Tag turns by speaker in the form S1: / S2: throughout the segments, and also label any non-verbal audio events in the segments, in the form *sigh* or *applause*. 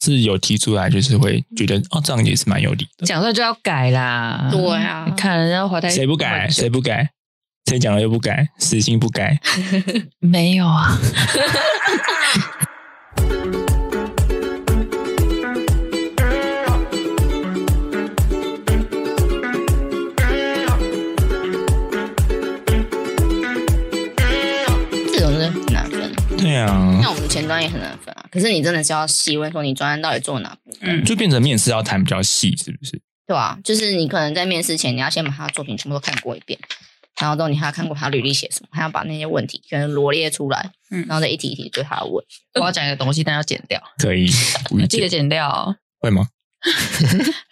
S1: 是有提出来，就是会觉得哦，这样也是蛮有理的。
S2: 嗯讲出来就要改啦。
S3: 对啊
S2: 你看人家华泰
S1: 谁不改？谁不改？谁讲了又不改？死性不改。
S2: 没有啊？
S3: 这种就是很难分。
S1: 对
S2: 嗯
S1: 啊，
S3: 像我们前端也很难分啊，可是你真的是要细问说你专案到底做哪部分，
S2: 嗯
S1: 就变成面试要谈比较细，是不是？
S3: 对吧、就是你可能在面试前，你要先把他的作品全部都看过一遍，然后之后你还要看过他履历写什么，还要把那些问题全罗列出来，
S2: 嗯
S3: 然后再一题一题对他问。
S2: 我要讲一个东西，但要剪掉，
S1: 可
S2: *laughs*
S1: 以，无意
S2: 记得
S1: 见
S2: 剪掉哦。
S1: 会吗？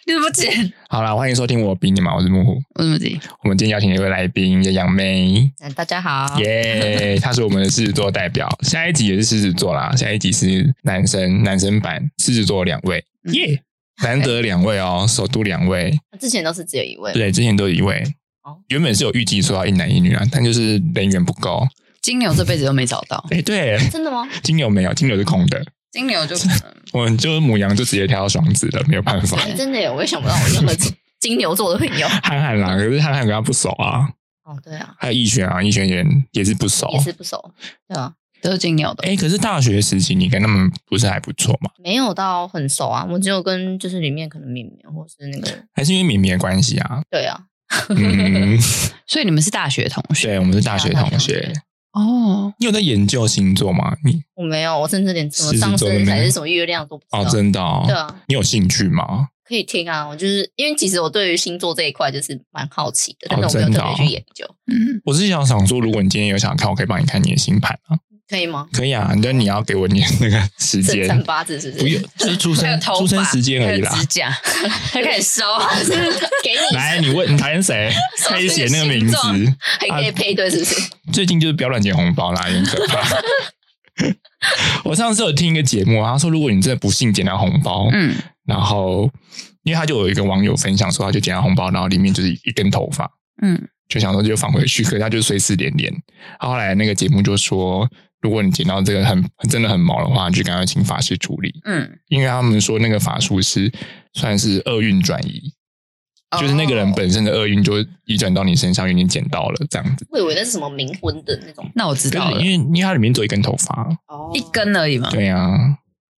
S2: 你怎么剪？
S1: 好啦，欢迎收听我比你嘛，我是木虎。
S2: 我怎么剪？
S1: 我们今天邀请了一位来宾叫杨梅，
S3: 嗯，大家好，
S1: 耶、
S2: *laughs*
S1: 她是我们的狮子座代表。下一集也是狮子座啦，下一集是男生男生版狮子座两位，
S2: 嗯
S1: 耶、难得两位哦，首都两位，
S3: 之前都是只有一位，
S1: 对，之前都有一位
S3: 哦。
S1: 原本是有预计说要一男一女啊，但就是人员不够。
S2: 金牛这辈子都没找到，
S1: 哎、对，
S3: 真的吗？
S1: *laughs* 金牛没有，金牛是空的，
S2: 金牛就可能
S1: 我们就是母羊就直接跳到双子了，没有办
S3: *laughs*
S1: 法。
S3: 哎真的耶，我也想不到我任何金牛座的朋友。
S1: 憨憨啦，可是憨憨跟他不熟啊，
S3: 哦，对啊，
S1: 还有逸轩啊，逸轩也也是不熟。
S3: 也是不熟，对啊吧、
S2: 都是金牛的。
S1: 哎、可是大学时期你跟他们不是还不错吗？
S3: 没有到很熟啊，我只有跟就是里面可能敏敏或是那个，
S1: 还是因为敏敏的关系
S3: *laughs*
S1: 啊？
S3: 对啊，
S1: 嗯，
S2: 所以你们是大学同学
S1: 对，我们是大学同
S3: 大学 *laughs*
S1: 学
S3: 同。
S2: 哦？
S1: 你有在研究星座吗？你
S3: 我没有，我甚至连什么
S1: 狮子
S3: 上
S1: 座的
S3: 升
S1: 妹
S3: 还是什么月亮都不知道。
S1: 哦，真的哦
S3: 对，啊，
S1: 你有兴趣吗？
S3: 可以听啊。我就是因为其实我对于星座这一块就是蛮好奇的，但是我
S1: 真
S3: 没有
S1: 的
S3: 特
S1: 哦
S3: 别去研究，
S2: 嗯，
S1: 我是想想说，如果你今天有想看，我可以帮你看你的星盘啊。
S3: 可以吗？
S1: 可以啊，但你要给我你的那个时
S3: 正
S1: 间
S3: 三，八字是不是？
S1: 不用，
S2: *laughs*
S1: 就是出
S2: 还有
S1: 生
S2: 头
S1: 出生
S2: 发、
S1: 时间而已啦
S2: 还有。指 *laughs* 甲，还开始 *laughs* 收，
S3: 给你
S1: 来，你问你讨厌
S2: *laughs*
S1: 谁？开始写那个名
S2: 什么
S1: 字。
S3: *laughs* 还可以配对是不是？
S1: 最近就是不要乱捡红包啦，有点可怕。 *laughs* 我上次有听一个节目，啊他说如果你真的不幸捡到红包，
S2: 嗯，
S1: 然后因为他就有一个网友分享说，他就捡到红包，然后里面就是一根头发，
S2: 嗯，
S1: 就想说就放回去，可是他就碎尸连连。后来那个节目就说，如果你捡到这个很真的很毛的话，就赶快请法师处理，
S2: 嗯，
S1: 因为他们说那个法术是算是厄运转移，就是那个人
S2: 哦。
S1: 本身的厄运就移转到你身上，因为你捡到了这样子。
S3: 我以为那是什么冥婚的那种
S2: 那我知
S1: 可
S2: 道
S1: 是
S2: 了嗯
S1: 因，为因为它里面只有一根头发，
S3: 哦
S2: 一根而已嘛。
S1: 对啊，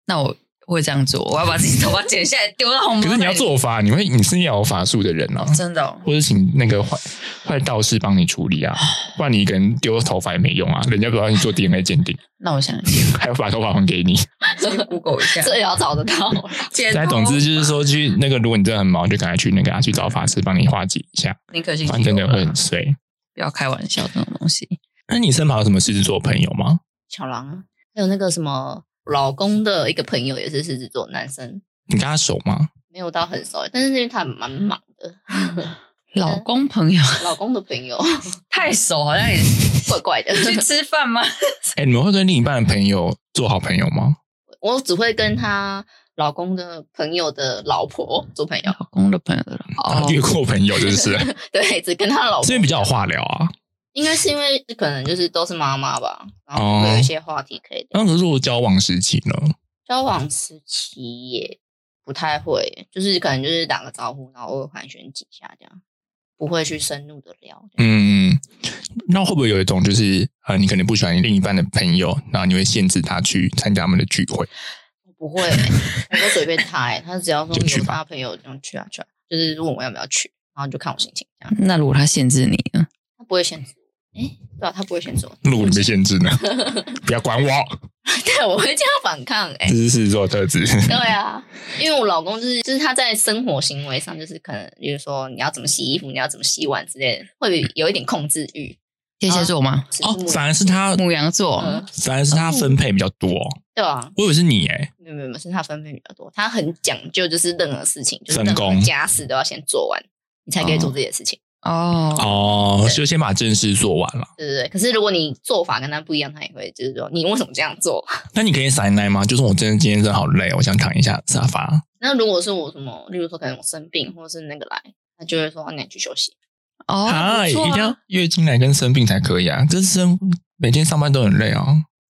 S2: 那我会这样做，我要把自己头发剪下来丢到红包袋
S1: 可
S2: 里。
S1: 是你要做法，你会你是要有法术的人啊，
S2: 嗯真的哦、
S1: 或者请那个坏坏道士帮你处
S2: *laughs*
S1: 理啊，不然你一个人丢头发也没用啊，人家不让你做 DNA 鉴定，
S2: 那我想一下
S1: 还要把头发还
S2: *laughs*
S1: 给你。
S2: 去 Google 一下
S3: 这也要找得
S1: *laughs*
S3: 到。
S2: 剪头
S1: 但总之就是说去那个，如果你真的很忙，就赶快去那个啊去找法师帮你化解一下，
S2: 你可惜
S1: 不啊然真的
S2: 嗯
S1: 会很衰。
S2: 不要开玩笑这种东西。
S1: 那你身旁有什么狮子座朋友吗？
S3: 小狼啊，还有那个什么老公的一个朋友也是狮子座男生，
S1: 你跟他熟吗？
S3: 没有到很熟，但是因为他蛮忙的，
S2: 老公朋友 *laughs*
S3: 老公的朋友
S2: 太熟，好像也
S3: 怪怪的。 *laughs*
S2: 去吃饭吗？
S1: 哎、你们会跟另一半的朋友做好朋友吗？
S3: 我只会跟她老公的朋友的老婆做朋友，
S2: *laughs* 老公的朋友的老
S1: 啊，越过朋友就是了，
S3: *laughs* 对，只跟她老
S1: 这
S3: 婆
S1: 边。比较有话聊啊。
S3: 应该是因为可能就是都是妈妈吧，然后
S1: 哦
S3: 会有一些话题可以聊。
S1: 那可是我交往时期呢？
S3: 交往时期也不太会，就是可能就是打个招呼，然后偶尔寒暄几下这样，不会去深入的聊。
S1: 嗯，那会不会有一种就是呃，你可能不喜欢你另一半的朋友，然后你会限制他去参加他们的聚会？
S3: 不会、欸我都随便他、欸，他只要
S1: *laughs*
S3: 说
S1: 就去
S3: 有
S1: 吧
S3: 他朋友这样去啊去啊，就是问我要不要去，然后就看我心情这样，
S2: 那如果他限制你呢？
S3: 他不会限制我。哎、对啊，他不会限制我， *laughs*
S1: 如果你被限制呢？不要管我，
S3: 对，我会这样反抗、欸。
S1: 这是狮子座特质。
S3: 对啊，因为我老公就是就是他在生活行为上，就是可能，比如说你要怎么洗衣服，你要怎么洗碗之类的，会有一点控制欲。
S2: 天蝎座吗？
S3: 是嗯
S1: 哦
S3: 木，
S1: 反而是他，
S2: 母羊座，
S3: 嗯
S1: 反而是他分配比较多。
S3: 对啊，
S1: 我以为是你欸诶、
S3: 没有没有，没有是他分配比较多，他很讲究，就是任何事情，就是
S1: 分
S3: 任
S1: 工
S3: 何家事都要先做完，你才可以做自己的事情，
S2: 哦，
S1: 哦，就先把正事做完了。
S3: 对对对。可是如果你做法跟他不一样，他也会就是说你为什么这样做？ *laughs*
S1: 那你可以撒奶吗？就是我真的今天真的好累，我想躺一下沙发。
S3: 那如果是我什么，例如说可能我生病或者是那个来，他就会说那你去休息。 *laughs*
S2: 哦，
S1: 啊，
S2: 不
S1: 一
S2: 错啊
S1: 定要月经来跟生病才可以啊。可是生每天上班都很累啊。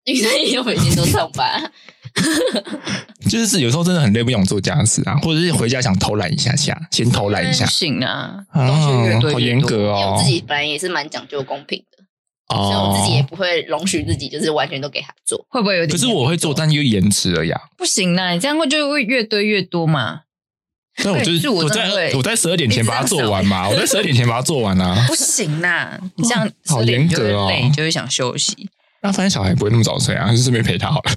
S3: 女生也有每天都上班， *laughs*
S1: 就是有时候真的很累，不想做家事啊，或者是回家想偷懒一下下，先偷懒一下
S2: 不。行啊，东西越
S1: 哦，
S2: 堆越多
S1: 好严格
S3: 因为我
S1: 哦
S3: 自。己本来也是蛮讲究公平的，所以
S1: 哦，
S3: 我自己也不会容许自己就是完全都给他做。
S2: 会不会有点？
S1: 可是我会做，但又延迟了呀。
S2: 不行啦，你这样会就会越堆越多嘛。
S1: 但我就是
S2: 对我
S1: 我
S2: 真
S1: 在
S2: 的会
S1: 我在十二点前
S2: 一直
S1: 把它
S2: 这样哦
S1: 做完嘛，我在十二点前把它做完
S2: *laughs*
S1: 啊。
S2: 不行啦，你这样
S1: 好
S2: 12点
S1: 严
S2: 就会
S1: 格哦
S2: 累你就会想休息。
S1: 那反正小孩不会那么早睡啊，就顺便陪他好了。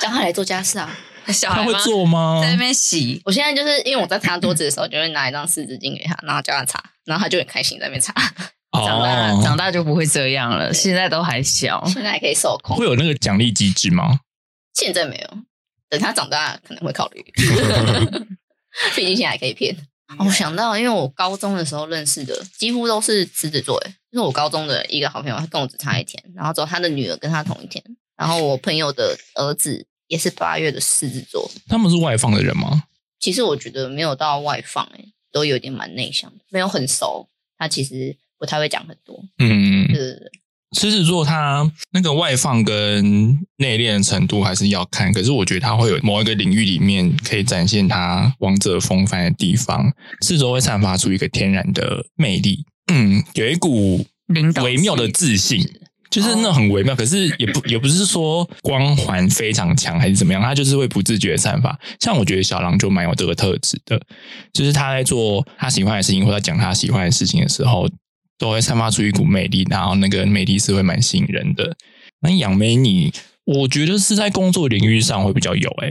S3: 叫他来做家事啊！
S2: 小
S1: 他
S2: 孩
S1: 会
S2: 吗
S1: 做吗？
S2: 在那边洗，
S3: 我现在就是因为我在擦桌子的时候，就会拿一张湿纸巾给他，然后叫他擦，然后他就很开心在那边擦。
S2: 长大长
S1: 大
S2: 大就不会这样了，现在都还小。
S3: 现在还可以受控，
S1: 哦会有那个奖励机制吗？
S3: 现在没有，等他长大可能会考虑。毕竟现在还可以骗。哦我想到，因为我高中的时候认识的几乎都是狮子座，诶就是我高中的一个好朋友，他跟我只差一天，然后之后他的女儿跟他同一天，然后我朋友的儿子也是八月的狮子座。
S1: 他们是外放的人吗？
S3: 其实我觉得没有到外放、欸，都有点蛮内向的，没有很熟。他其实不太会讲很多，
S1: 嗯
S3: 对，对对，
S1: 狮子座他那个外放跟内敛的程度还是要看，可是我觉得他会有某一个领域里面可以展现他王者风范的地方，狮子座会散发出一个天然的魅力，嗯，有一股
S2: 领导
S1: 微妙的
S2: 自
S1: 自
S2: 己
S1: 信，就是那种很微妙，可是也不也不是说光环非常强还是怎么样，他就是会不自觉地散发。像我觉得小狼就蛮有这个特质的，就是他在做他喜欢的事情或者讲他喜欢的事情的时候，都会散发出一股魅力，然后那个魅力是会蛮吸引人的。那养美你，我觉得是在工作领域上会比较有诶、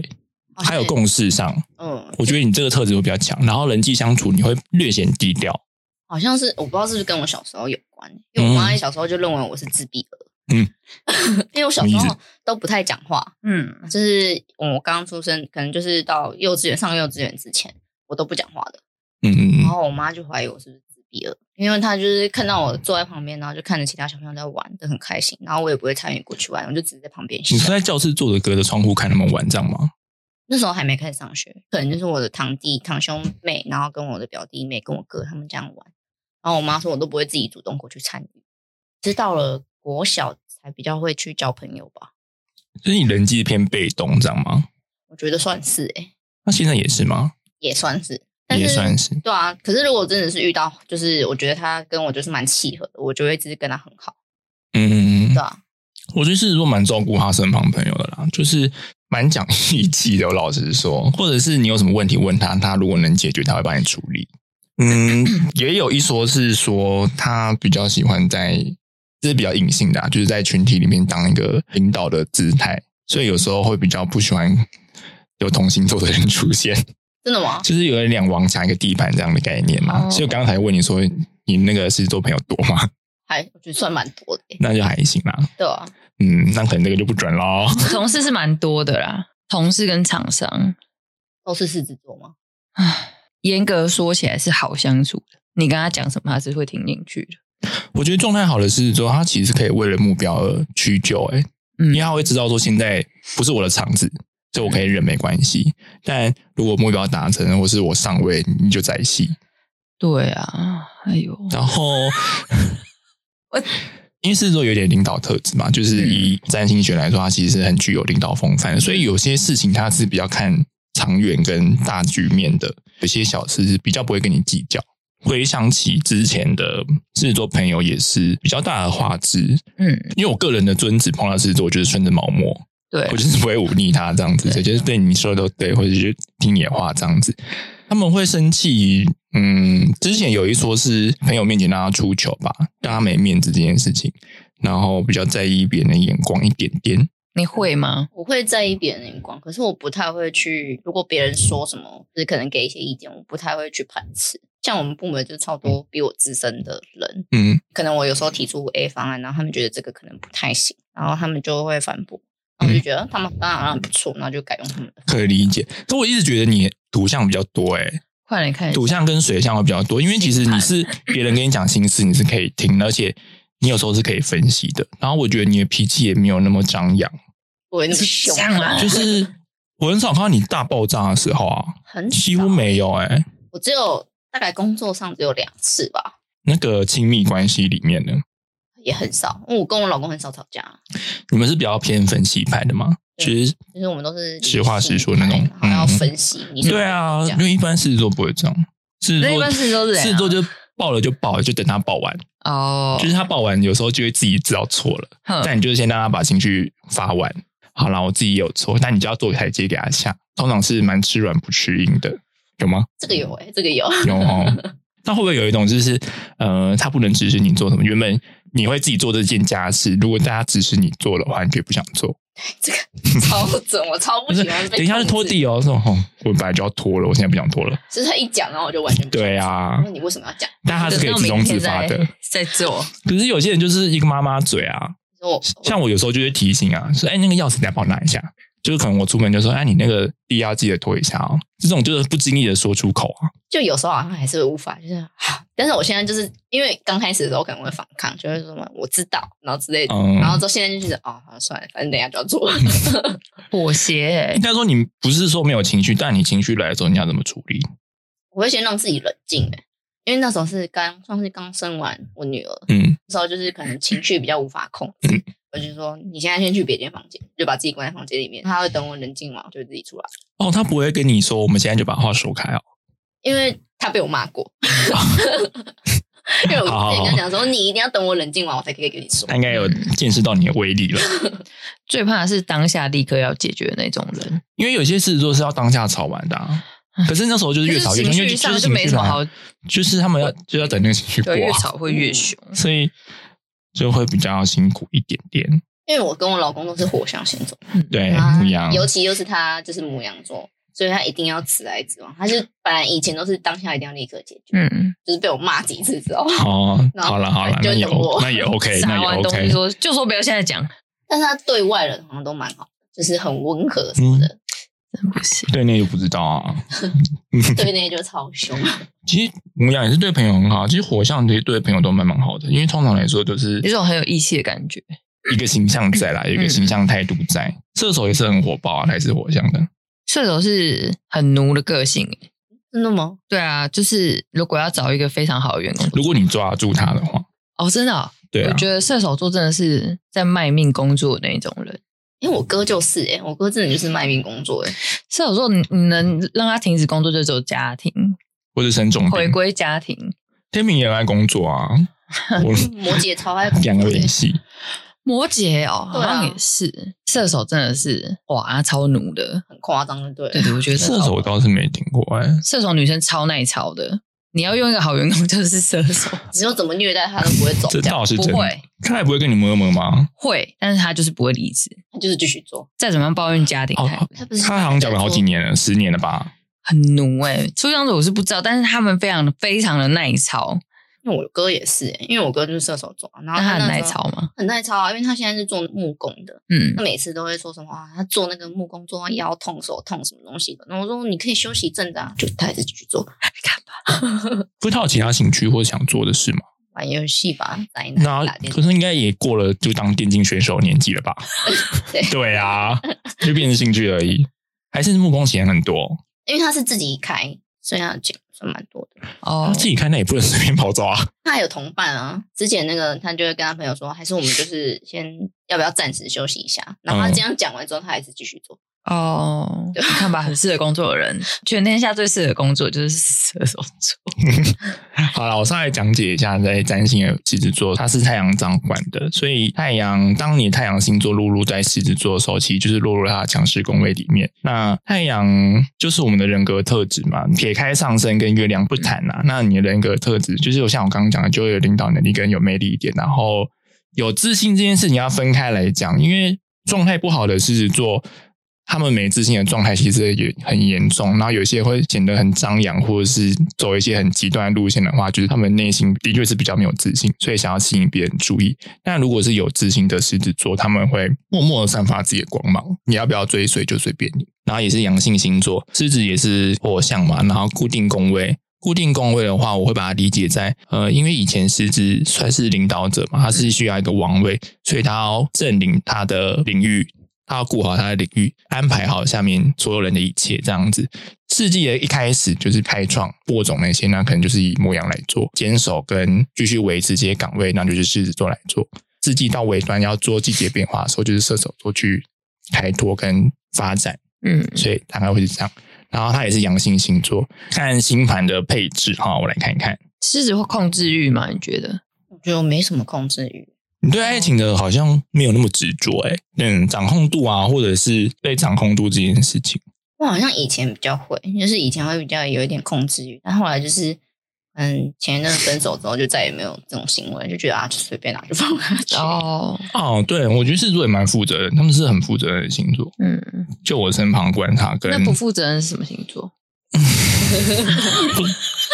S3: 好像
S1: 还有共识上，
S3: 嗯，
S1: 我觉得你这个特质会比较强，然后人际相处你会略显低调。
S3: 好像是我不知道是不是跟我小时候有关，因为我妈小时候就认为我是自闭儿，
S1: 嗯，
S3: *laughs* 因为我小时
S1: 什么
S3: 候都不太讲话，
S2: 嗯，
S3: 就是我刚出生，可能就是到幼稚园上幼稚园之前，我都不讲话的，
S1: 嗯嗯
S3: 然
S1: 嗯，
S3: 后我妈就怀疑我是不是自闭儿，因为她就是看到我坐在旁边，然后就看着其他小朋友在玩的很开心，然后我也不会参与过去玩，我就只是在旁边
S1: 你
S3: 笑
S1: 是。在教室坐着隔着窗户看他们玩这样吗？
S3: 那时候还没开始上学，可能就是我的堂弟、堂兄妹，然后跟我的表弟妹、跟我哥他们这样玩。然后我妈说，我都不会自己主动过去参与，直到了国小才比较会去交朋友吧。
S1: 就是你人际偏被动，这样吗？
S3: 我觉得算是诶、
S1: 那现在也是吗？
S3: 也算是，但是
S1: 也算是。
S3: 对啊。可是如果真的是遇到，就是我觉得他跟我就是蛮契合的，我就会一直跟他很好，
S1: 嗯，
S3: 对啊。
S1: 我觉得狮子座蛮照顾他身旁朋友的啦，就是蛮讲义气的。我老实
S3: *laughs*
S1: 说，或者是你有什么问题问他，他如果能解决，他会帮你处理。嗯，也有一说是说他比较喜欢在，这是比较隐性的、啊，就是在群体里面当一个领导的姿态，所以有时候会比较不喜欢有同星座的人出现。
S3: 真的吗？
S1: 就是有点两王抢一个地盘这样的概念嘛。
S2: 哦
S1: 所以我刚才问你说你那个狮子座朋友多吗？
S3: 还我觉得算蛮多的、欸，
S1: 那就还行啦。
S3: 对啊。
S1: 嗯，那可能这个就不准喽。
S2: 我 *laughs* 同事是蛮多的啦，同事跟厂商，
S3: 都是狮子座吗？
S2: 唉，严格说起来是好相处的。你跟他讲什么，他是会听进去的。
S1: 我觉得状态好的狮子座，他其实可以为了目标而屈就、欸，因
S2: 嗯
S1: 为，他会知道说现在不是我的场子，所以我可以忍没关系。但如果目标达成，或是我上位，你就再戏。
S2: 对啊，哎呦，
S1: 然后，因为狮子座有点领导特质嘛，就是以占星学来说，它其实是很具有领导风范的，所以有些事情它是比较看长远跟大局面的，有些小事是比较不会跟你计较。回想起之前的狮子座朋友，也是比较大的画质，
S2: 嗯，
S1: 因为我个人的尊旨碰到狮子座，我就是顺着毛摸，
S2: 对啊
S1: 我，就是不会忤逆他这样子，
S2: 对嗯
S1: 就是对你说的都对，或者是听你的话这样子。他们会生气，嗯，之前有一说是朋友面前让他出糗吧，让他没面子这件事情，然后比较在意别人的眼光一点点。
S2: 你会吗？
S3: 我会在意别人的眼光，可是我不太会去。如果别人说什么，就是可能给一些意见，我不太会去判词。像我们部门就超多比我资深的人，
S1: 嗯，
S3: 可能我有时候提出 A 方案，然后他们觉得这个可能不太行，然后他们就会反驳，然后我就觉得
S1: 嗯
S3: 他们当然好像不错，然后就改用他们的。
S1: 可以理解。但我一直觉得你图像比较多、欸，诶，
S2: 快来看一下
S1: 土象跟水象会比较多，因为其实你是别人跟你讲心事，你是可以听，而且你有时候是可以分析的。然后我觉得你的脾气也没有那么张扬，
S3: 我会那么
S2: 是
S3: 凶啊
S2: 这，样啦
S1: 啊就是我很少看到你大爆炸的时候啊。
S3: 很
S1: 几乎
S3: 少，
S1: 没有哎、
S3: 我只有大概工作上只有两次吧，
S1: 那个亲密关系里面呢，
S3: 也很少，因为我跟我老公很少吵架，
S1: 你们是比较偏分析派的吗？
S3: 对
S1: 其实
S3: 就是我们都是理
S1: 实话实说
S3: 性
S1: 那种
S3: 派然后要
S1: 嗯
S3: 分析。你说
S1: 对啊，
S3: 这
S1: 因
S3: 样
S1: 为一般狮子座不会这样，狮子
S2: 那一
S1: 座
S2: 般狮子座是怎样
S1: 狮子座就爆了就爆了，就等他爆完，
S2: 哦，嗯
S1: 就是他爆完有时候就会自己知道错了，
S2: 哼
S1: 但你就是先让他把情绪发完。好啦，我自己也有错，但你就要做台阶给他下。通常是蛮吃软不吃硬的，有吗？
S3: 这个有哎，这个有，
S1: *laughs* 有哦。那会不会有一种就是，呃，他不能指使你做什么？原本你会自己做这件家事，如果大家指使你做的话，你就不想做。
S3: 这个超准，我超不
S1: 不是，
S3: 喜欢被。
S1: 等一下是拖，地哦，说哦，我本来就要拖了，我现在不想拖了。
S3: 就是他一讲，然后我就完全不想
S1: 对啊
S3: 讲那你为什么要讲？
S1: 但他是可以自动自发
S2: 等
S1: 的。
S2: 到明天再再做，
S1: 可是有些人就是一个妈妈嘴啊，
S3: 你说我
S1: 像我有时候就会提醒啊，说哎，那个钥匙你来帮我拿一下。就是可能我出门就说，哎，你那个地要记得拖一下哦。这种就是不经意的说出口啊，
S3: 就有时候好像还是会无法，就是，啊但是我现在就是因为刚开始的时候可能会反抗，就会说什么我知道，然后之类的，
S1: 嗯
S3: 然后之后现在就觉得哦，好算了，反正等一下就要
S1: *laughs*
S3: 做了，
S2: 妥协欸
S1: 应该说你不是说没有情绪，但你情绪来的时候，你要怎么处理？
S3: 我会先让自己冷静的，因为那时候是刚算是刚生完我女儿，
S1: 嗯，
S3: 那时候就是可能情绪比较无法控制，我就说你现在先去别间房间，就把自己关在房间里面，她会等我冷静完，我就会自己出来，
S1: 哦，他不会跟你说，我们现在就把话说开哦。
S3: 因为她被我骂
S1: *laughs*
S3: 过。因为我
S1: 好好
S3: 之前
S1: 好哎
S3: 跟她讲说，你一定要等我冷静完，我才可以跟你说。
S1: 他应该有
S2: 嗯
S1: 见识到你的威力了，
S2: 最怕的是当下立刻要解决的那种人，
S1: 因为有些事做是要当下吵完的、啊。可是那时候就是越
S2: 可
S1: 吵
S2: 是
S1: 越凶，因
S2: 情
S1: 为
S2: 绪
S1: 就
S2: 上
S1: 是
S2: 就没
S1: 情绪
S2: 什么
S1: 来啊
S2: 好，
S1: 就是他们要就要等那个情绪过、
S2: 对，越
S1: 啊，
S2: 吵会越凶。
S1: 所以就会比较辛苦一点点。
S3: 因为我跟我老公都是火象星座，
S2: 嗯
S1: 对，
S3: 啊
S1: 不一样。
S3: 尤其又是他就是母羊座，所以他一定要直来直往。他是本来以前都是当下一定要立刻解决，
S2: 嗯，
S3: 就是被我骂几次之后，
S1: 哦，
S3: 然后
S1: 好了好了，
S3: 就
S1: 那也
S3: 等我
S1: O- 那也
S2: *laughs*
S1: OK，那
S2: 撒
S1: 也
S2: 完东西
S1: OK。
S2: 说就说不要现在讲，
S3: 但是他对外人好像都蛮好，就是很温和什么的，
S2: 真不行。
S1: 对，那就不知道啊。
S3: 对那些就超凶。
S1: 其实母羊也是对朋友很好，其实火象其实对朋友都蛮蛮好的，因为通常来说就是
S2: 有种很有义气的感觉，
S1: 一个形象在啦，有一个形象态度在。射手也是很火爆啊，还是火象的。
S2: 射手是很奴的个性欸。
S3: *laughs* 真的吗？
S2: 对啊，就是如果要找一个非常好的员工，
S1: 如果你抓住他的话，
S2: 哦，真的哦、
S1: 对
S2: 我
S1: 啊，
S2: 觉得射手座真的是在卖命工作的那种人。
S3: 因为我哥就是哎、我哥真的就是卖命工
S1: *laughs*
S3: 作哎、
S2: 射手座，你你能让他停止工作，就只有家庭，
S1: 或者生重
S2: 回
S1: 病。
S2: 归家庭。
S1: 天平也爱工作啊，我
S3: 摩羯超爱工作
S1: 两个
S3: 的欸
S1: 联系。
S2: 摩羯哦，好
S3: 对啊
S2: 像也是。射手真的是哇，超奴的。
S3: 很夸张的，对。
S2: 对对，我觉得
S1: 啊射手我倒是没听过哎、
S2: 射手女生超耐操的。你要用一个好员工，就是射
S1: *laughs*
S2: 手
S3: 只有怎么虐待他都不会走，
S1: 这倒是
S2: 不
S1: 真的
S2: 会。
S1: 他也不会跟你摸摸吗？
S2: 会，但是他就是不会离职。
S3: 他就是继续做。
S2: 再怎么样抱怨家庭，
S1: 哦
S2: 他也不
S3: 他不是
S1: 他好像讲了好几，年了，十年了吧？
S2: 很奴哎、欸。初样子我是不知道，但是他们非常的非常的耐操。
S3: 因为我哥也是、欸，因为我哥就是射手座，啊然
S2: 那
S3: 后
S2: 他
S3: 那
S2: 很耐
S3: 时候
S2: 操吗？
S3: 很耐操啊，因为他现在是做木工的，
S2: 嗯
S3: 他每次都会说什么啊，他做那个木工做到腰痛、手痛什么东西的。然后我说你可以休息一阵子啊，就他还是继续做
S1: 不知道有其他兴趣或想做的事吗？
S3: 玩游戏吧，宅
S1: 那
S3: 男哎打电
S1: 可是应该也过了就当电竞选手的年纪了吧？
S3: 对，
S1: 对啊，就变成兴趣而已。还是木工钱很多，
S3: 因为他是自己开，所以他的钱算蛮多的。
S1: 他
S2: 哦，
S1: 自己看那也不能随便跑走啊。
S3: 他还有同伴啊，之前那个他就会跟他朋友说，还是我们就是先要不要暂时休息一下。然后他
S1: 嗯
S3: 这样讲完之后，他还是继续做。
S2: 哦， *laughs* 你看吧，很适合工作的人，全天下最适合工作就是 *laughs* 射手座。
S1: 好了，我上来讲解一下，在占星的狮子座，它是太阳掌管的，所以太阳，当你太阳星座落入在狮子座的时候，其实就是落入它的强势宫位里面。那太阳就是我们的人格特质嘛，撇开上升跟月亮不谈啊，那你的人格特质就是有像我刚刚讲的，就会有领导能力跟有魅力一点，然后有自信这件事你要分开来讲，因为状态不好的狮子座。他们没自信的状态其实也很严重，然后有些会显得很张扬，或者是走一些很极端的路线的话，就是他们内心的确是比较没有自信，所以想要吸引别人注意。但如果是有自信的狮子座，他们会默默的散发自己的光芒，你要不要追随就随便你。然后也是阳性星座，狮子也是火象嘛，然后固定宫位。固定宫位的话，我会把它理解在，呃，因为以前狮子算是领导者嘛，他是需要一个王位，所以他要占领他的领域，他要顾好他的领域，安排好下面所有人的一切，这样子。世纪的一开始就是开创播种那些，那可能就是以牧羊来做，坚守跟继续维持这些岗位，那就是狮子座来做。世纪到尾端要做季节变化的时候，就是射手座去开拓跟发展。
S2: 嗯，
S1: 所以大概会是这样。然后它也是阳性星座，看星盘的配置哈，我来看一看。
S2: 狮子会控制欲吗？你觉得？
S3: 我觉得我没什么控制欲，
S1: 你对爱情的好像没有那么执着哎、嗯，掌控度啊，或者是被掌控度这件事情，
S3: 我好像以前比较会，就是以前会比较有一点控制欲，但后来就是，嗯，前一阵分手之后就再也没有这种行为，就觉得啊，就随便拿就放 *laughs* 下去。
S2: 哦，
S1: 哦，对我觉得狮子座也蛮负责任，他们是很负责任的星座。
S2: 嗯，
S1: 就我身旁观察跟，
S2: 那不负责任是什么星 *laughs* 座？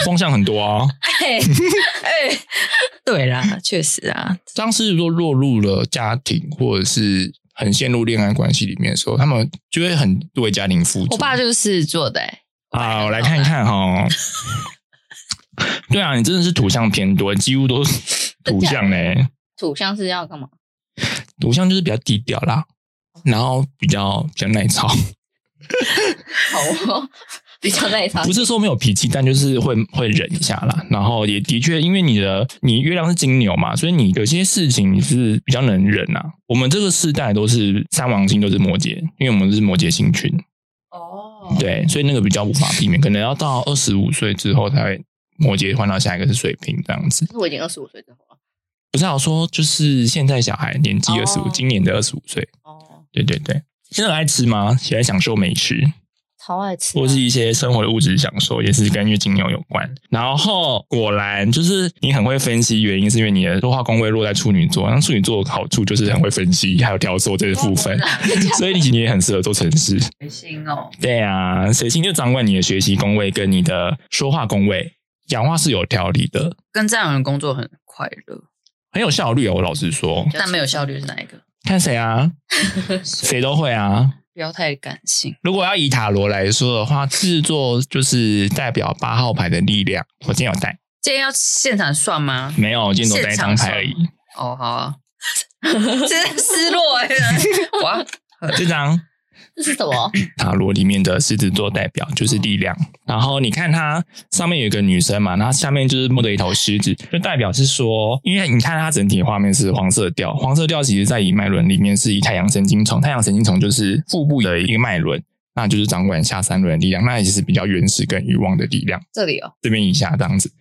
S1: 风向很多
S2: *laughs*
S1: 啊。
S2: 哎哎， *laughs* 对啦，确实啊，
S1: 当狮子座落入了家庭或者是很陷入恋爱关系里面的时候，他们就会很为家庭付出。
S2: 我爸就是狮子座的、欸，
S1: 啊，我来看一看
S2: *laughs*
S1: 哈。对啊，你真的是土象偏多，几乎都是土象嘞、
S3: 土象是要干嘛？
S1: 土象就是比较低调啦，然后比较比较耐操，
S3: 好哦，比较 *laughs* 耐操
S1: 不。是说没有脾气，但就是会会忍一下啦。然后也的确，因为你的你月亮是金牛嘛，所以你有些事情你是比较能忍啊。我们这个世代都是三王星都是摩羯，因为我们是摩羯星群，
S3: 哦，
S1: 对，所以那个比较无法避免，可能要到二十五岁之后才会摩羯换到下一个是水瓶这样子。
S3: 可是我已经二十五岁之后了。
S1: 不是啊我说，就是现在小孩年纪二十五，
S3: 哦
S1: 今年的二十五岁，
S3: 哦，
S1: 对对对。现在很爱吃吗？喜欢享受美食，
S3: 超爱吃的，
S1: 或是一些生活的物质享受，也是跟月经牛有关。然后果然就是你很会分析，原因是因为你的弱化宫位落在处女座，那处女座的好处就是很会分析，还有挑唆这个部分，
S2: 哦
S1: 所以你也很适合做城市。
S2: 水星哦，
S1: 对啊，水星就掌管你的学习宫位跟你的说话宫位，讲话是有条理的，
S2: 跟这样的人工作很快乐，
S1: 很有效率哦。我老实说，
S2: 但没有效率是哪一个？
S1: 看谁啊，谁都会啊。
S2: 不要太感性，
S1: 如果要以塔罗来说的话，制作就是代表八号牌的力量。我今天有带，
S2: 今天要现场算吗？
S1: 没有，我今天只有带一张牌而已
S2: 现。哦，好啊， *laughs* 真的失落 *laughs* 哎、欸，哇，
S1: 这张
S3: *laughs* 这是什么？
S1: 塔罗里面的狮子座代表就是力量。然后你看它上面有一个女生嘛，然后下面就是摸着一头狮子，就代表是说，因为你看它整体画面是黄色调，黄色调其实在以脉轮里面是以太阳神经丛，太阳神经丛就是腹部的一个脉轮。那就是掌管下三轮的力量，那也是比较原始跟欲望的力量。
S3: 这里哦，
S1: 这边以下这样子。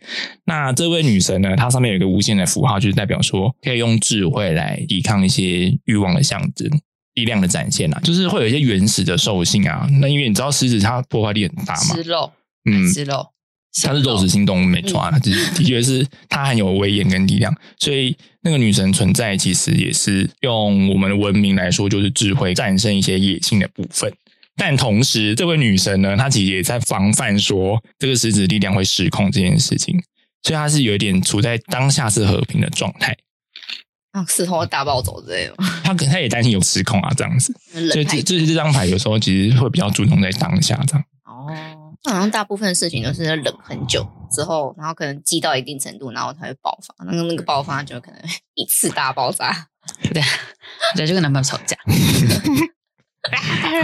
S1: 那这位女神呢，她上面有一个无限的符号，就是代表说可以用智慧来抵抗一些欲望的象征。力量的展现啊，就是会有一些原始的兽性啊。那因为你知道狮子它破坏力很大嘛
S2: 吃，肉，
S1: 嗯，
S2: 吃肉，
S1: 它是肉食性动物没错啊，它就是的确是它很有威严跟力量，所以那个女神存在其实也是用我们的文明来说，就是智慧战胜一些野性的部分。但同时，这位女神呢，她其实也在防范说这个石子力量会失控这件事情，所以她是有一点处在当下是和平的状态。
S3: 啊，石头大暴走之类的吗，
S1: 她可她也担心有失控啊，这样子，所以
S3: 冷
S1: 这
S3: 太久
S1: 这这张牌有时候其实会比较注重在当下这样。
S3: 哦。好像大部分事情都是冷很久之后，然后可能积到一定程度，然后才会爆发。那个那个爆发就可能 *laughs* 一次大爆炸。
S2: 对，对，就跟男朋友吵架，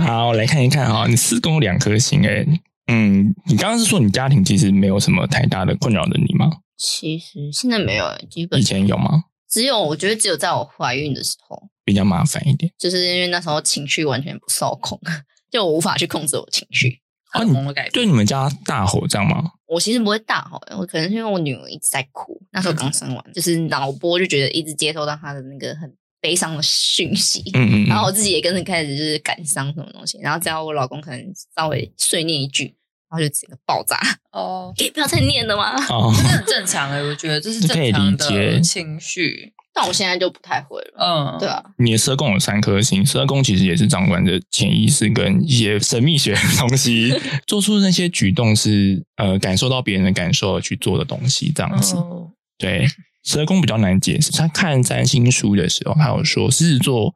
S1: *laughs* 好，我来看一看啊、你四宫两颗星哎、嗯，你刚刚是说你家庭其实没有什么太大的困扰的你吗？
S3: 其实现在没有、欸，基本
S1: 以前有吗？
S3: 只有我觉得只有在我怀孕的时候，
S1: 比较麻烦一点
S3: 就是因为那时候情绪完全不受控， *laughs* 就我无法去控制我情绪。
S2: 荷尔蒙的改变，
S1: 对，啊你们家大吼这样吗？
S3: 我其实不会大吼，我可能是因为我女儿一直在哭，那时候刚生完，就是脑波就觉得一直接收到她的那个很悲伤的讯息，
S1: 嗯嗯
S3: 然后
S1: 嗯，
S3: 我自己也跟着开始就是感伤什么东西，然后只要我老公可能稍微碎念一句，然后就整个爆炸，
S2: 哦，
S3: 可以不要再念了吗？
S1: 哦，
S2: 这很正常哎、我觉得这是
S1: 这可以
S2: 正常
S1: 理解
S2: 的情绪，
S3: 但我现在就不太会了，
S2: 嗯，
S3: 对啊，
S1: 你的十二宫有三颗星，十二宫其实也是掌管着潜意识跟一些神秘学的东西，做出那些举动是呃感受到别人的感受而去做的东西，这样子。
S2: 哦，
S1: 对，十二宫比较难解释。他看占星书的时候，他有说狮子座，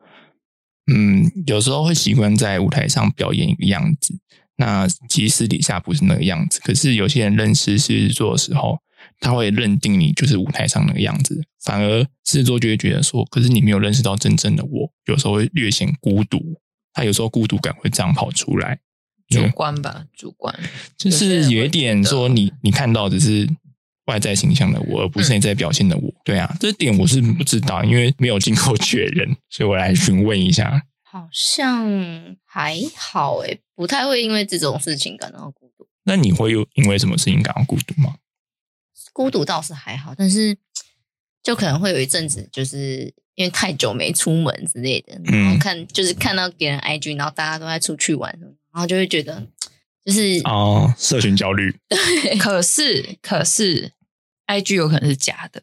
S1: 嗯，有时候会习惯在舞台上表演一个样子，那其实私底下不是那个样子。可是有些人认识狮子座的时候，他会认定你就是舞台上那个样子，反而狮子座就会觉得说，可是你没有认识到真正的我，有时候会略显孤独。他有时候孤独感会这样跑出来，嗯
S2: 主观吧，主观。
S1: 就是有一点说你你看到只是外在形象的我，而不是内在表现的我。对啊，这点我是不知道，因为没有经过确认，所以我来询问一下。
S3: 好像还好诶、不太会因为这种事情感到孤独。
S1: 那你会有因为什么事情感到孤独吗？
S3: 孤独倒是还好，但是就可能会有一阵子，就是因为太久没出门之类的，
S1: 嗯
S3: 然后看就是看到别人 IG，然后大家都在出去玩，然后就会觉得就是
S1: 哦，社群焦虑。
S2: 可是，可是，IG 有可能是假的。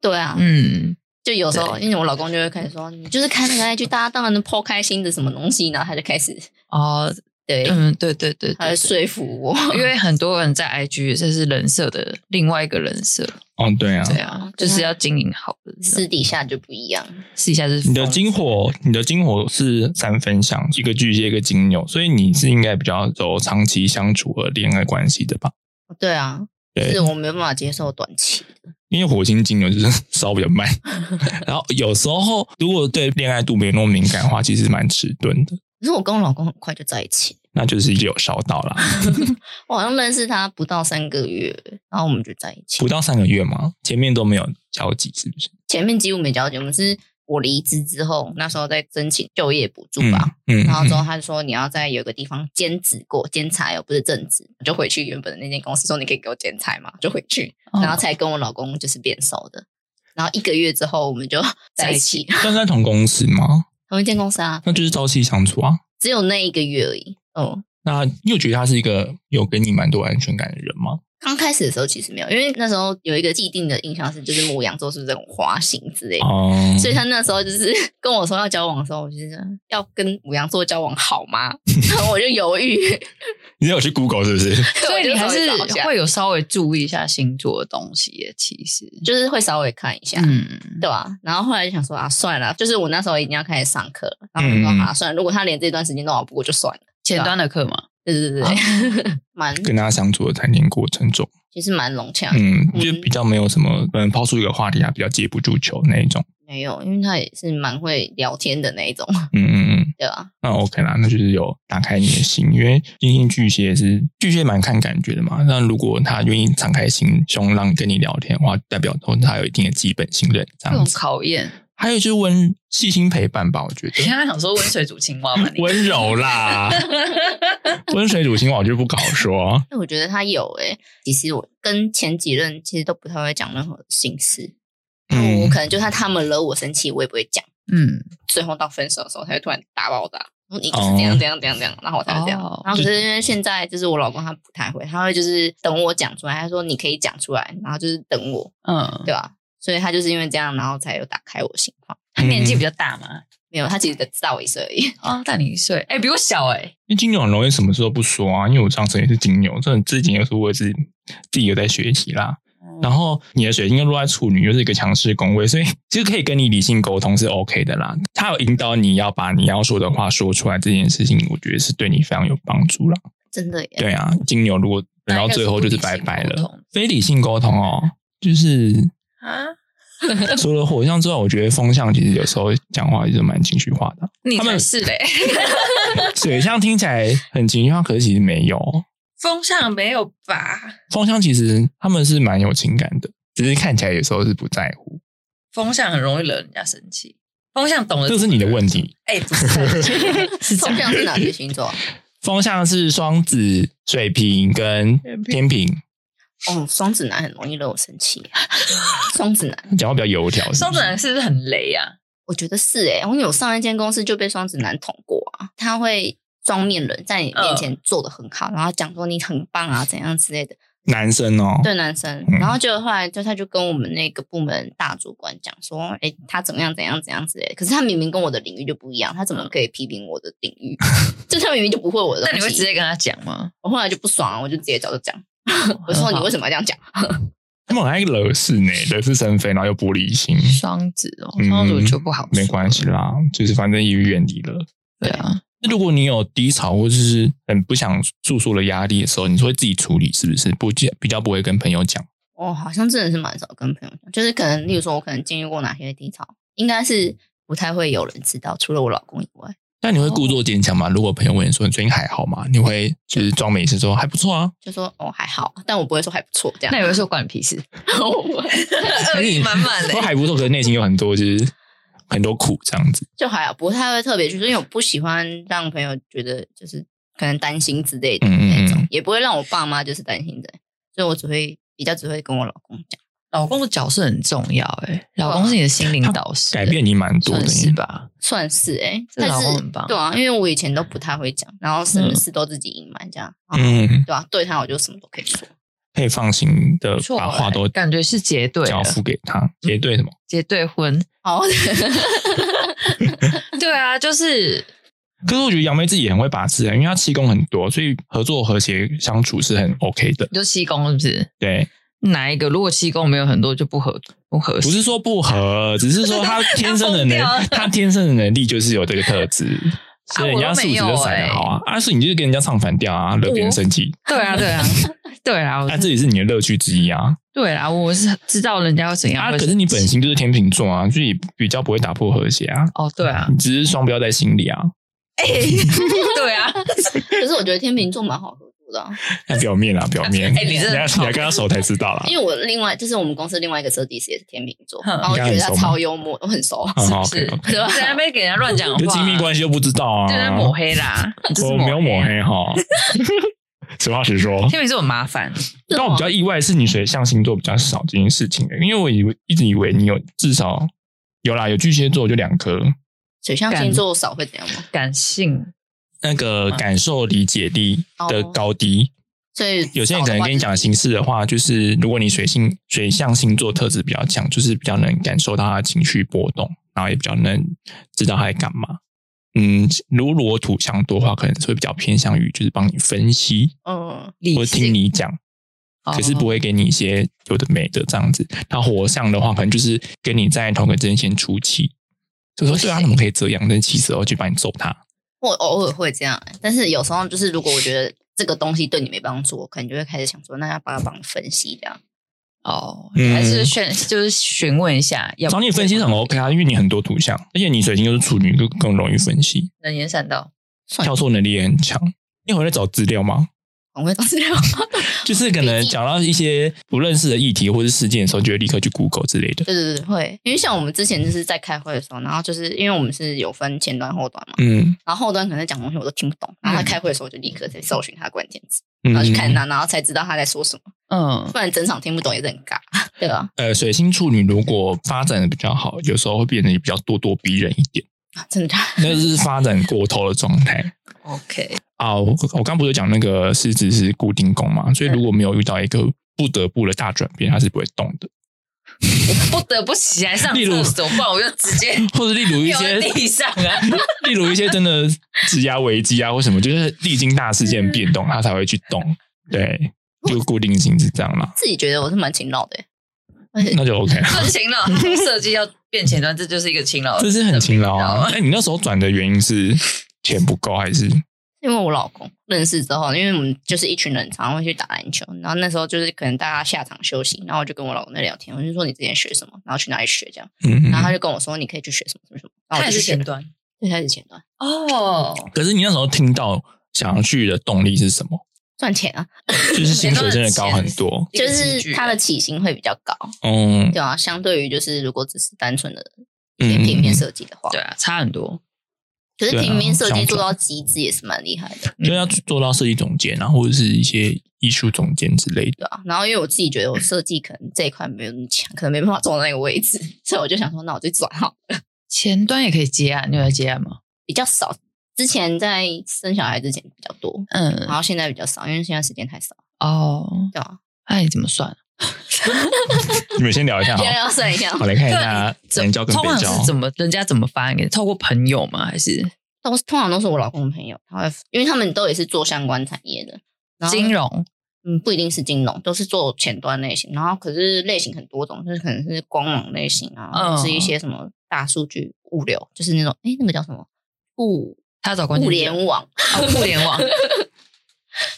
S3: 对啊，
S2: 嗯，
S3: 就有时候
S2: 对
S3: 因为我老公就会开始说，你就是看那个 IG，大家当然能抛开心的什么东西，然后他就开始
S2: 哦，
S3: 对，
S2: 嗯，对对对
S3: 他
S2: 对
S3: 就
S2: 对
S3: 说服我，
S2: 因为很多人在 IG 这是人设的另外一个人设，
S1: 哦，对啊，
S2: 对啊，就是要经营好的，
S3: 私底下就不一样。
S2: 试一下是
S1: 你的
S2: 疯
S1: 金火，你的金火是三分相，一个巨蟹，一个金牛，所以你是应该比较走长期相处和恋爱关系的吧？
S3: 对啊，
S1: 对
S3: 是我没有办法接受短期
S1: 因为火星金牛就是 *laughs* 烧比较慢，然后有时候如果对恋爱度没那么敏感的话，其实蛮迟钝的，
S3: 可是我跟我老公很快就在一起，
S1: 那就是有烧到啦，
S3: *laughs* 我好像认识他不到三个月，然后我们就在一起
S1: 不。到三个月嘛，前面都没有交集，是不是？
S3: 前面几乎没交集，我们是我离职之后，那时候在申请就业补助吧。
S1: 嗯，嗯，
S3: 然后之
S1: 嗯
S3: 后他就说你要在有个地方兼职过，兼差哦，不是正职。我就回去原本的那间公司说你可以给我兼差嘛，就回去，
S2: 哦
S3: 然后才跟我老公就是变熟的。然后一个月之后我们就在一起，
S1: 但是在同公司嘛，
S3: 同一间公司啊，
S1: 那就是朝夕相处啊。
S3: 只有那一个月而已。嗯，
S1: 那你有觉得他是一个有给你蛮多安全感的人吗？
S3: 刚开始的时候其实没有，因为那时候有一个既定的印象是，就是母羊座是这种花心之类的。
S2: 嗯
S1: 哦、
S3: 所以他那时候就是 *laughs* 跟我说要交往的时候，我就觉得要跟母羊座交往好吗？ *laughs* 然后我就犹豫，
S1: 你有去 Google 是不
S3: *laughs*
S1: 是？
S2: *laughs* 所以你还是
S3: 我就稍微找一下
S2: 会有稍微注意一下星座的东西耶，其实，
S3: 就是会稍微看一下，
S2: 嗯，
S3: 对吧、然后后来就想说啊，算了，就是我那时候已经要开始上课了，然后我就说
S1: 嗯
S3: 啊，算了，如果他连这段时间都熬不过就算了，
S2: 前端的课嘛，
S3: 对对对对， *laughs* 蛮
S1: 跟他相处的谈天过程中，
S3: 其实蛮融洽的，
S1: 嗯，
S3: 嗯
S1: 就比较没有什么，嗯，抛出一个话题啊，比较接不住球那一种，
S3: 没有，因为他也是蛮会聊天的那一种， *laughs*
S1: 嗯嗯嗯，
S3: 对吧、
S1: 那 OK 啦，那就是有打开你的心，因为金星巨蟹是巨蟹蛮看感觉的嘛，那如果他愿意敞开心胸让跟你聊天的话，代表说他有一定的基本信任这
S2: 这
S1: 样
S2: 种
S1: 子，
S2: 考验。
S1: 还有就是温细心陪伴吧，我觉
S2: *laughs* 你
S1: 得
S2: *laughs* 刚才想说温水煮青蛙嘛？你
S1: 温柔
S2: *laughs*
S1: 啦，温水煮青蛙我就不好说，啊
S3: 那我觉得他有诶、其实我跟前几任其实都不太会讲任何心事，我
S2: 哦
S1: 嗯，
S3: 可能就算他们惹我生气，我也不会讲。
S2: 嗯，
S3: 最后到分手的时候，他会突然大爆炸，说你就是这样
S1: 哦
S3: 这样这样这样，然后我才会这样。
S2: 哦
S3: 然后可是因为现在就是我老公他不太会，他会就是等我讲出来，他说你可以讲出来，然后就是等我，
S2: 嗯，
S3: 对吧？所以他就是因为这样，然后才有打开我心房。
S2: 他
S1: 嗯
S2: 年纪比较大嘛，
S3: 没有，他其实只大我一岁而已。
S2: 哦，大你一岁，哎，比我小哎，
S1: 因为金牛很容易什么事都不说啊，因为我上次也是金牛，这种自己也是我也是自己有在学习啦。然后你的水星跟落在处女，又是一个强势宫 *laughs* 位，所以其实可以跟你理性沟通是 OK 的啦。他有引导你要把你要说的话说出来这件事情，我觉得是对你非常有帮助啦。
S3: *laughs* 真的耶，
S1: 对啊，金牛如果等到最后就是拜拜了，非理性沟通哦， *laughs* 就是
S2: 啊。
S1: 除了火象之外，我觉得风象其实有时候讲话也是蛮情绪化的。
S2: 你
S1: 他
S2: 才
S1: 们
S2: 是嘞，
S1: 水象听起来很情绪化，可是其实没有哦。
S2: 风向没有吧？
S1: 风象其实他们是蛮有情感的，只是看起来有时候是不在乎，
S2: 风向很容易惹人家生气，风向懂得
S1: 这是你的问题。
S2: 哎，不是 *laughs* 是这
S3: 抽
S2: 样
S3: 象是哪些星座啊？
S1: 风象是双子、水瓶跟天平，
S3: 哦，双子男很容易惹我生 *laughs* 气。双子男，
S1: 讲话比较油条。是不是
S2: 双子男是不是很雷啊？
S3: 我觉得是诶、因为我上一间公司就被双子男捅过啊，他会双面人，在你面前做的很好，然后讲说你很棒啊，怎样之类的。
S1: 男生哦，
S3: 对男生
S1: 嗯，
S3: 然后结果后来就他就跟我们那个部门大主管讲说，哎，他怎么样怎样怎样之类的。可是他明明跟我的领域就不一样，他怎么可以批评我的领域？ *laughs* 就他明明就不会我的
S2: 那
S3: 东西。
S2: 你会直？接跟他讲吗？
S3: 我后来就不爽啊了，我就直接找他讲，我说你为什么要这样讲？
S1: 他们很爱惹是呢，惹是生非，然后又玻璃心。
S2: 双子哦，双子我就不好，
S1: 嗯没关系。啦，就是反正也远离了。
S2: 对啊，
S1: 那如果你有低潮或者是很不想诉说的压力的时候，你是会自己处理，是不是？不比较不会跟朋友讲。
S3: 哦，好像真的是蛮少跟朋友讲，就是可能，例如说我可能经历过哪些低潮，应该是不太会有人知道，除了我老公以外。
S1: 但你会故作坚强吗？如果朋友问你说你最近还好吗？你会就是装没事说还不错啊？
S3: 就说哦还好，但我不会说还不错这样
S2: 那。有人说关你屁 *laughs* 事，
S3: 我不会
S2: *laughs* 恶意满满的
S1: 说。还不错，可是内心有很多就是很多苦这样子。
S3: 就还好，不太会特别去，就是因为我不喜欢让朋友觉得就是可能担心之类的
S1: 嗯嗯
S3: 那种，
S1: 嗯
S3: 也不会让我爸妈就是担心的，所以我只会比较只会跟我老公讲。
S2: 老公的角色很重要，哎，老公是你的心灵导师，
S1: 改变你蛮多的
S2: 算，是吧？
S3: 算是哎、
S2: 这
S3: 但
S2: 老公
S3: 是
S2: 很棒
S3: 对啊，因为我以前都不太会讲，然后什么
S2: 嗯
S3: 事都自己隐瞒这样，嗯，
S1: 嗯，
S3: 对啊，对他我就什么都可以说，
S1: 可以放心的
S2: 不错
S1: 把话都
S2: 哎感觉是结对
S1: 交
S2: 了，
S1: 付给他，结对什么？
S2: 结对婚。
S3: *laughs* 哦，
S2: 对啊，就是
S1: 可是我觉得杨梅自己也很会把持，因为她气功很多，所以合作和谐相处是很 OK 的。
S2: 就七公是不是？
S1: 对，
S2: 哪一个？如果七公没有很多，就不合不合
S1: 不
S2: 适。
S1: 是说不合，只是说
S2: *laughs*
S1: 她天生的
S2: 她
S1: 能
S2: 疯，掉啊
S1: 她天生的能力就是有这个特
S2: *laughs*
S1: 质，所以人家素质就散
S2: 欸
S1: 得好啊。啊，所以你就是跟人家唱反调啊，惹别人生气，
S2: 对
S1: *laughs*
S2: 啊，对啊，对啊，我
S1: 啊，这也是你的乐趣之一啊。
S2: 对啊，我是知道人家要怎样。
S1: 啊，
S2: 会
S1: 可是你本
S2: 生气
S1: 心就是天秤座啊，所以比较不会打破和谐啊。
S2: 哦，对
S1: *laughs*
S2: 啊，
S1: 你只是双标在心
S2: *laughs*
S1: 里啊，
S2: 对啊，
S3: 可是我觉得天秤座蛮好合作的啊、
S1: 那表面啊，表面。
S2: 哎你真的
S1: 要
S2: 超
S1: 你要跟他熟才知道啦。
S3: 因为我另外就是我们公司另外一个设计师也是天秤座，
S2: 嗯
S3: 然后我
S1: 你跟他
S3: 觉得他
S1: 很熟吗
S3: 超幽默，我很熟，啊
S1: 嗯好
S2: 是不是
S1: OK，OK
S3: 对吧？
S2: 在那边给人家乱讲话，
S1: 你的亲密关系又不知道啊，
S2: 就在抹黑啦。你就是
S1: 我没有抹。
S2: *laughs*
S1: 黑哈。实话实说，
S2: 天秤座很麻烦，
S1: 但我比较意外的是你水象星座比较少这件事情的，欸因为我以为一直以为你有至少有啦，有巨蟹座就两颗，
S3: 水象星座少会怎样吗？
S2: 感性
S1: 那个
S2: 嗯
S1: 感受理解力的
S2: 哦
S1: 高低。
S3: 所以
S1: 有些人可能跟你讲
S3: 少的话就是
S1: 形式的话，就是如果你水性水象星座特质比较强，就是比较能感受到他的情绪波动，然后也比较能知道他在干嘛。嗯，如如果土象多的话，可能是会比较偏向于就是帮你分析
S3: 嗯，
S2: 理
S1: 或者听
S2: 性，
S1: 你讲，可是不
S2: 哦
S1: 会给你一些有的没的这样子。那火象的话，可能就是跟你在同个阵线出气，就说对啊，怎么可以这样？但其实我去把你揍他，
S3: 我偶尔会这样、欸但是有时候就是如果我觉得这个东西对你没帮助，我可能就会开始想说，那要把它帮你分析这样。
S2: 哦，
S1: 嗯
S2: 还是询就是询问一下，要
S1: 找你分析很 OK 啊，因为你很多土象，而且你水星又是处女，更更容易分析。
S2: 能言善道。
S1: 跳错能力也很强。你有在找资料吗？
S3: 我会当时料，
S1: 就是可能讲到一些不认识的议题或是事件的时候，就会立刻去 Google 之类的。
S3: *laughs* 对对对，会，因为像我们之前就是在开会的时候，然后就是因为我们是有分前端后端嘛，
S1: 嗯，
S3: 然后后端可能在讲东西我都听不懂，然后他开会的时候我就立刻在搜寻他的关键词，
S1: 嗯
S3: 然后去看他，然后才知道他在说什么，
S2: 嗯，
S3: 不然整场听不懂也是很尬， *laughs* 对啊吧？
S1: 呃，水星处女如果发展的比较好，有时候会变得比较咄咄逼人一点，
S3: 啊真的 *laughs* 假的
S1: 那就是发展过头的状态
S2: OK，
S1: 啊。我我刚不是讲那个狮子是固定宫嘛，所以如果没有遇到一个不得不的大转变，它是不会动的。
S2: 不得不起来上
S1: 例如
S2: 厕所，不然我就
S1: *laughs*
S2: 直接
S1: 或者例如一
S2: 掉
S1: 些
S2: 在地上啊。 *laughs*
S1: 例如一些真的职涯危机啊，或什么，就是历经大事件变动，它才会去动。对，就固定性是这样啦，
S3: 自己觉得我是蛮勤劳的、欸
S1: 那就 OK
S2: *laughs*
S1: 了。
S2: 这勤劳设计要变前端，这就是一个勤劳，
S1: 这是很勤劳
S2: 勤
S1: 啊！哎、你那时候转的原因是钱不够还是？
S3: 因为我老公认识之后，因为我们就是一群人，常常会去打篮球。然后那时候就是可能大家下场休息，然后我就跟我老公在聊天，我就说你之前学什么，然后去哪里学这样。
S1: 嗯
S3: 然后他就跟我说你可以去学什么什么什么。然后
S2: 他也
S3: 我就是去学
S2: 前
S3: 了，
S2: 端
S3: 对，开始前端
S2: 哦。
S1: 可是你那时候听到想要去的动力是什么？
S3: 赚钱啊，
S1: 就是薪水真的高很多。
S2: 一个
S3: 就
S2: 器具
S3: 是他的起薪会比较高，
S1: 嗯
S3: 对啊，相对于就是如果只是单纯的
S1: 嗯
S3: 平面设计的话，
S2: 对啊，差很多。
S3: 可是
S1: 对啊啊
S3: 平面设计
S1: 相
S3: 做到极致也是蛮厉害的，
S1: 就要做到设计总监啊，或者是一些艺术总监之类的。
S3: 对啊。然后因为我自己觉得我设计可能这一块没有那么强，可能没办法做到那个位置，所以我就想说，那我就转好了
S2: 前端也可以接案，你有在接案吗？
S3: 比较少。之前在生小孩之前比较多，然
S2: 嗯，
S3: 后现在比较少，因为现在时间太少，
S2: 哦，
S3: 对啊吧？
S2: 那你怎么算？啊
S1: 你们先聊一下好
S3: *laughs* 要，要算一下，
S1: 好来看一下
S2: 怎
S1: 南教跟
S2: 通
S1: 北
S2: 常
S1: 教
S2: 是。怎么人家怎么发给？透过朋友吗？还是
S3: 都是通常都是我老公的朋友，他会，因为他们都也是做相关产业的，然后
S2: 金融？
S3: 嗯不一定是金融，都是做前端类型，然后可是类型很多种，就是可能是光网类型啊，
S2: 嗯
S3: 或者是一些什么大数据物流，就是那种哎那个叫什么
S2: 哦
S3: 物
S2: 他找关键
S3: 物
S2: 字
S3: 联网，
S2: 哦互联网，
S3: *laughs*
S2: 嗯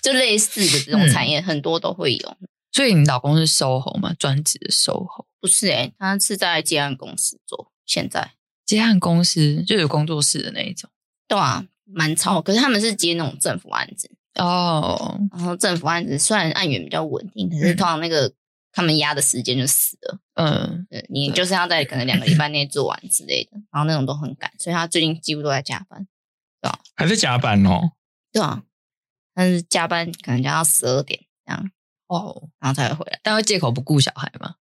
S3: 就类似的这种产业、很多都会有。
S2: 所以你老公是售后嘛？专职的售后
S3: 不是哎、他是在接案公司做，现在
S2: 接案公司就有工作室的那一种。
S3: 对啊，蛮超。可是他们是接那种政府案子，
S2: 哦，
S3: 然后政府案子虽然案源比较稳定，可是通常那个他们压的时间就死了，
S2: 嗯，
S3: 对你就是要在可能两个礼拜内做完之类的，然后那种都很赶，所以他最近几乎都在加班。
S1: 还在加班哦。
S3: 对啊，但是加班可能加到十二点这样，
S2: 哦，
S3: 然后才会回来。
S2: 但会借口不顾小孩嘛？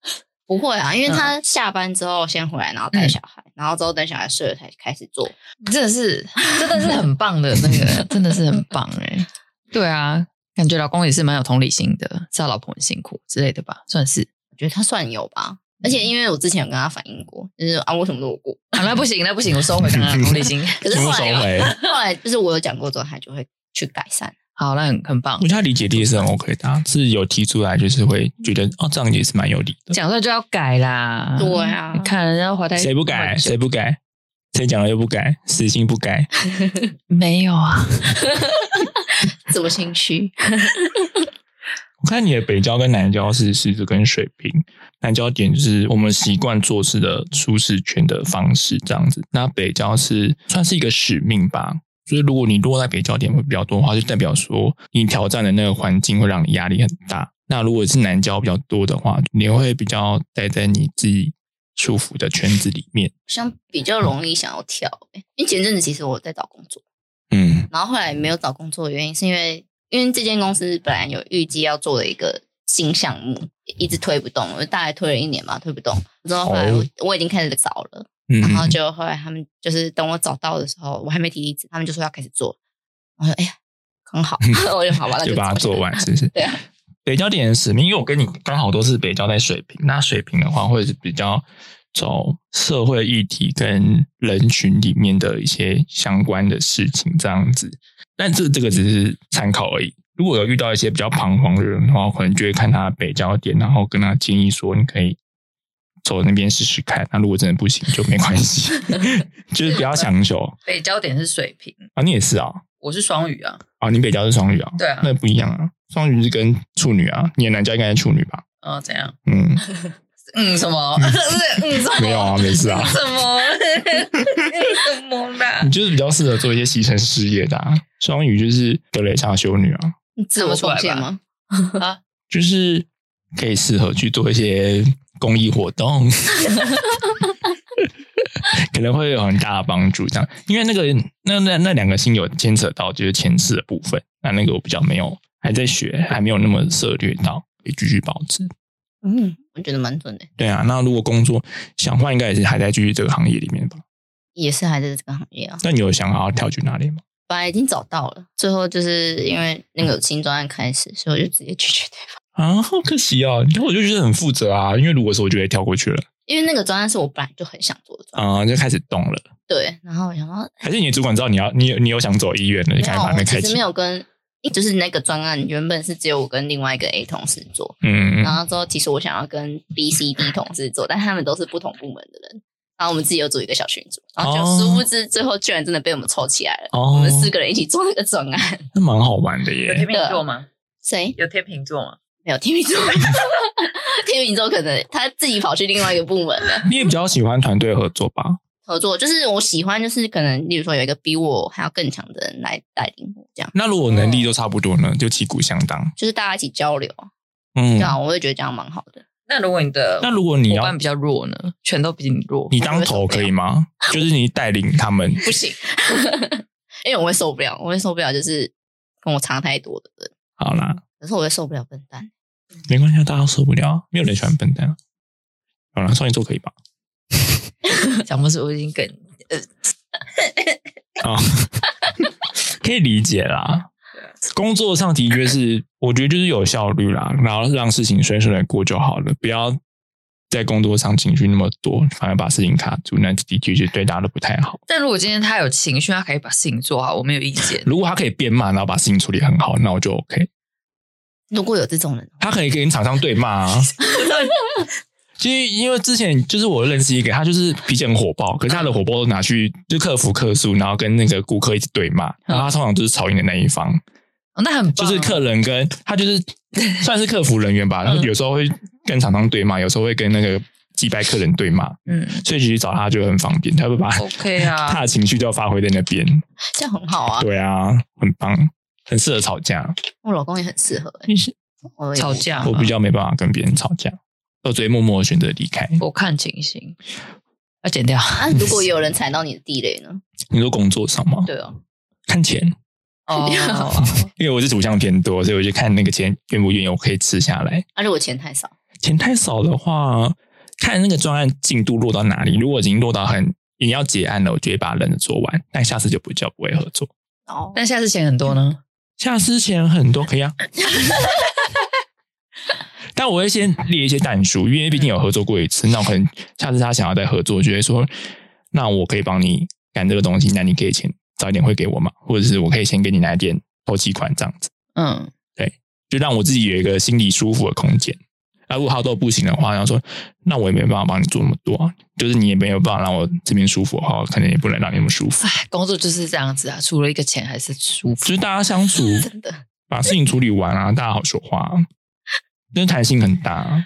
S3: 不会啊，因为他下班之后先回来，然后带小孩，然后之后等小孩睡了才开始做。
S2: 真的是，真的是很棒的那 *laughs* 个，真的是很棒哎、对啊，感觉老公也是蛮有同理心的，知道老婆很辛苦之类的吧，算是。
S3: 我觉得他算有吧，而且因为我之前有跟他反映过，就是啊，为什么都我过？
S2: 啊，那不行，那不行，我收 *laughs* 回刚刚的同理心。
S3: 可是后来啊
S1: 收回
S3: *laughs* 后来就是我有讲过之后，他就会去改善。
S2: 好，那很很棒
S1: 我。觉得他理解力是很 OK 的啊，是有提出来，就是会觉得哦，这样也是蛮有理的。
S2: 讲出来就要改
S1: 嗯
S2: 啦。
S3: 对啊
S2: 你看人家华泰
S1: 谁不改？谁不改？谁讲了又不改？死性不改？
S2: 没有啊？
S3: 什么兴趣？
S1: 我看你的北郊跟南郊是狮子跟水瓶，南郊点就是我们习惯做事的舒适圈的方式这样子。那北郊是算是一个使命吧，所以如果你落在北郊点会比较多的话，就代表说你挑战的那个环境会让你压力很大。那如果是南郊比较多的话，你会比较待在你自己舒服的圈子里面。
S3: 好像比较容易想要跳、欸因为前阵子其实我在找工作，
S1: 嗯，
S3: 然后后来没有找工作的原因是因为，因为这间公司本来有预计要做的一个新项目，一直推不动，我大概推了一年吧，推不动。之后后来我、
S1: 哦
S3: 我已经开始找了，
S1: 嗯
S3: 然后就后来他们就是等我找到的时候，我还没提离职，他们就说要开始做，我说哎呀，很好， *laughs* 我就好吧，那
S1: 嗯 *laughs* 就把它做完，是不是？
S3: 对啊。
S1: 北交点的使命，因为我跟你刚好都是北交在水平，那水平的话会是比较走社会议题跟人群里面的一些相关的事情这样子。但这这个只是参考而已。如果有遇到一些比较彷徨的人的话，我可能就会看他的北交点，然后跟他建议说，你可以走那边试试看。那如果真的不行，就没关
S3: *laughs*
S1: 系，就是不要强求
S2: 北焦点是水瓶，
S1: 啊。你也是啊，
S2: 我是双鱼啊。
S1: 啊，你北交是双鱼啊？
S2: 对啊
S1: 那不一样啊。双鱼是跟处女啊，你的南交应该是处女吧？
S2: 哦，怎样？
S1: 嗯，
S2: 嗯，什么？ *laughs* 嗯，什么？
S1: 没有啊，没
S2: *laughs*
S1: 事啊。
S2: 什么？嗯什么啦
S1: 你？就是比较适合做一些牺牲事业的、啊。双鱼就是德蕾莎修女啊，
S3: 你自我重建吗？
S1: 就是可以适合去做一些公益活动，可能会有很大的帮助。这样，因为那个那那那两个星有牵扯到就是前世的部分，那那个我比较没有，还在学，还没有那么涉略到，也继续保持。
S3: 嗯，我觉得蛮准的，
S1: 对啊，那如果工作想换，应该也是还在继续这个行业里面吧？
S3: 也是还在这个行业啊。
S1: 那你有想好要跳去哪里吗？
S3: 本来已经找到了，最后就是因为那个新专案开始，所以我就直接拒绝他。
S1: 啊，好可惜哦！你看，我就觉得很负责啊，因为如果说我就会跳过去了
S3: 因为那个专案是我本来就很想做的专案，
S1: 啊、就开始动了。
S3: 对。然后我想说，
S1: 还是你的主管知道你要你你有想走医院了，你
S3: 没
S1: 赶
S3: 有，
S1: 紧把
S3: 我
S1: 那
S3: 其
S1: 开
S3: 实
S1: 启
S3: 没。有跟，就是那个专案原本是只有我跟另外一个 A 同事做，
S1: 嗯，
S3: 然后之后其实我想要跟 B、C、D 同事做，但他们都是不同部门的人。然后我们自己又组一个小群组，然后
S1: 哦
S3: 就殊不知最后居然真的被我们凑起来了，
S1: 哦
S3: 我们四个人一起做那个专案。
S1: 那蛮好玩的
S2: 有
S1: 耶
S2: 天。秤座吗？
S3: 谁
S2: 有天秤座吗？
S3: 没有天秤座？天秤座可能他自己跑去另外一个部门了。
S1: 你也比较喜欢团队合作吧？
S3: 合作，就是我喜欢，就是可能，例如说有一个比我还要更强的人来带领我，这样
S1: 那如果能力都差不多呢，就旗鼓相当。
S3: 就是大家一起交流，
S1: 嗯
S3: 对，啊，我会觉得这样蛮好的。
S2: 那如果你的
S1: 那如果你
S2: 伙
S1: 要
S2: 伴比较弱呢？全都比你弱，
S1: 你当头可以吗？就是你带领他们。
S2: 不行。
S3: 因为我会受不了，我会受不了，就是跟我差太多的人，
S1: 好啦，
S3: 可是我会受不了笨蛋。
S1: 没关系啊，大家都受不了啊，没有人喜欢笨蛋啊。好啦，双鱼座可以吧？
S2: *laughs* 讲不是，我已经跟
S1: 啊、可以理解啦。工作上的确是，我觉得就是有效率啦，然后让事情顺顺的过就好了，不要在工作上情绪那么多，反而把事情卡住，那的确是对大家都不太好。
S2: 但如果今天他有情绪，他可以把事情做好，我没有意见。
S1: *laughs* 如果他可以变骂，然后把事情处理很好，那我就 OK。
S3: 如果有这种人，
S1: 他可以跟厂商对骂啊。其实，因为之前就是我认识一个，他就是脾气很火爆，可是他的火爆都拿去就客服客诉，然后跟那个顾客一起对骂，然后他通常就是吵赢的那一方。
S2: 哦那很
S1: 就
S2: 棒
S1: 是客人跟他就是算是客服人员吧，然后有时候会跟厂商对骂，有时候会跟那个击败客人对骂， *laughs*
S2: 嗯
S1: 所以其实找他就很方便，他会把
S2: ，OK 啊
S1: 他，的情绪都发挥在那边。
S3: 这样很好啊。
S1: 对啊，很棒，很适合吵架。
S3: 我老公也很适合欸、我也
S2: 吵架
S1: 我
S2: 嘛
S1: 比较没办法跟别人吵架，我只会默默的选择离开。
S2: 我看情形，要剪 *laughs* 掉
S3: 啊，如果有人踩到你的地雷呢？
S1: 你说工作上吗？
S3: 对哦，
S1: 看钱，
S2: 哦。
S1: 因为我是主项偏多，所以我就看那个钱愿不愿意我可以吃下来。
S3: 而且我啊钱太少，
S1: 钱太少的话，看那个专案进度落到哪里。如果已经落到很已经要结案了，我就会把人的做完，但下次就不叫不会合作。
S2: *laughs*
S3: 哦，
S2: *laughs* 但下次钱很多呢？
S1: 下次钱很多可以啊，但我会先列一些淡数，因为毕竟有合作过一次，那我可能下次他想要再合作，就会说，那我可以帮你赶这个东西，那你可以钱早一点会给我嘛，或者是我可以先给你拿一点头期款这样子，
S2: 嗯，
S1: 就让我自己有一个心里舒服的空间。啊，如果他都不行的话，然后说，那我也没办法帮你做那么多、啊，就是你也没有办法让我这边舒服的话，我可能也不能让你那么舒服。
S2: 哎，工作就是这样子啊，除了一个钱还是舒服
S1: 就。是大家相处，
S3: 真的，
S1: 把事情处理完啊，大家好说话、啊，真的弹性很大、啊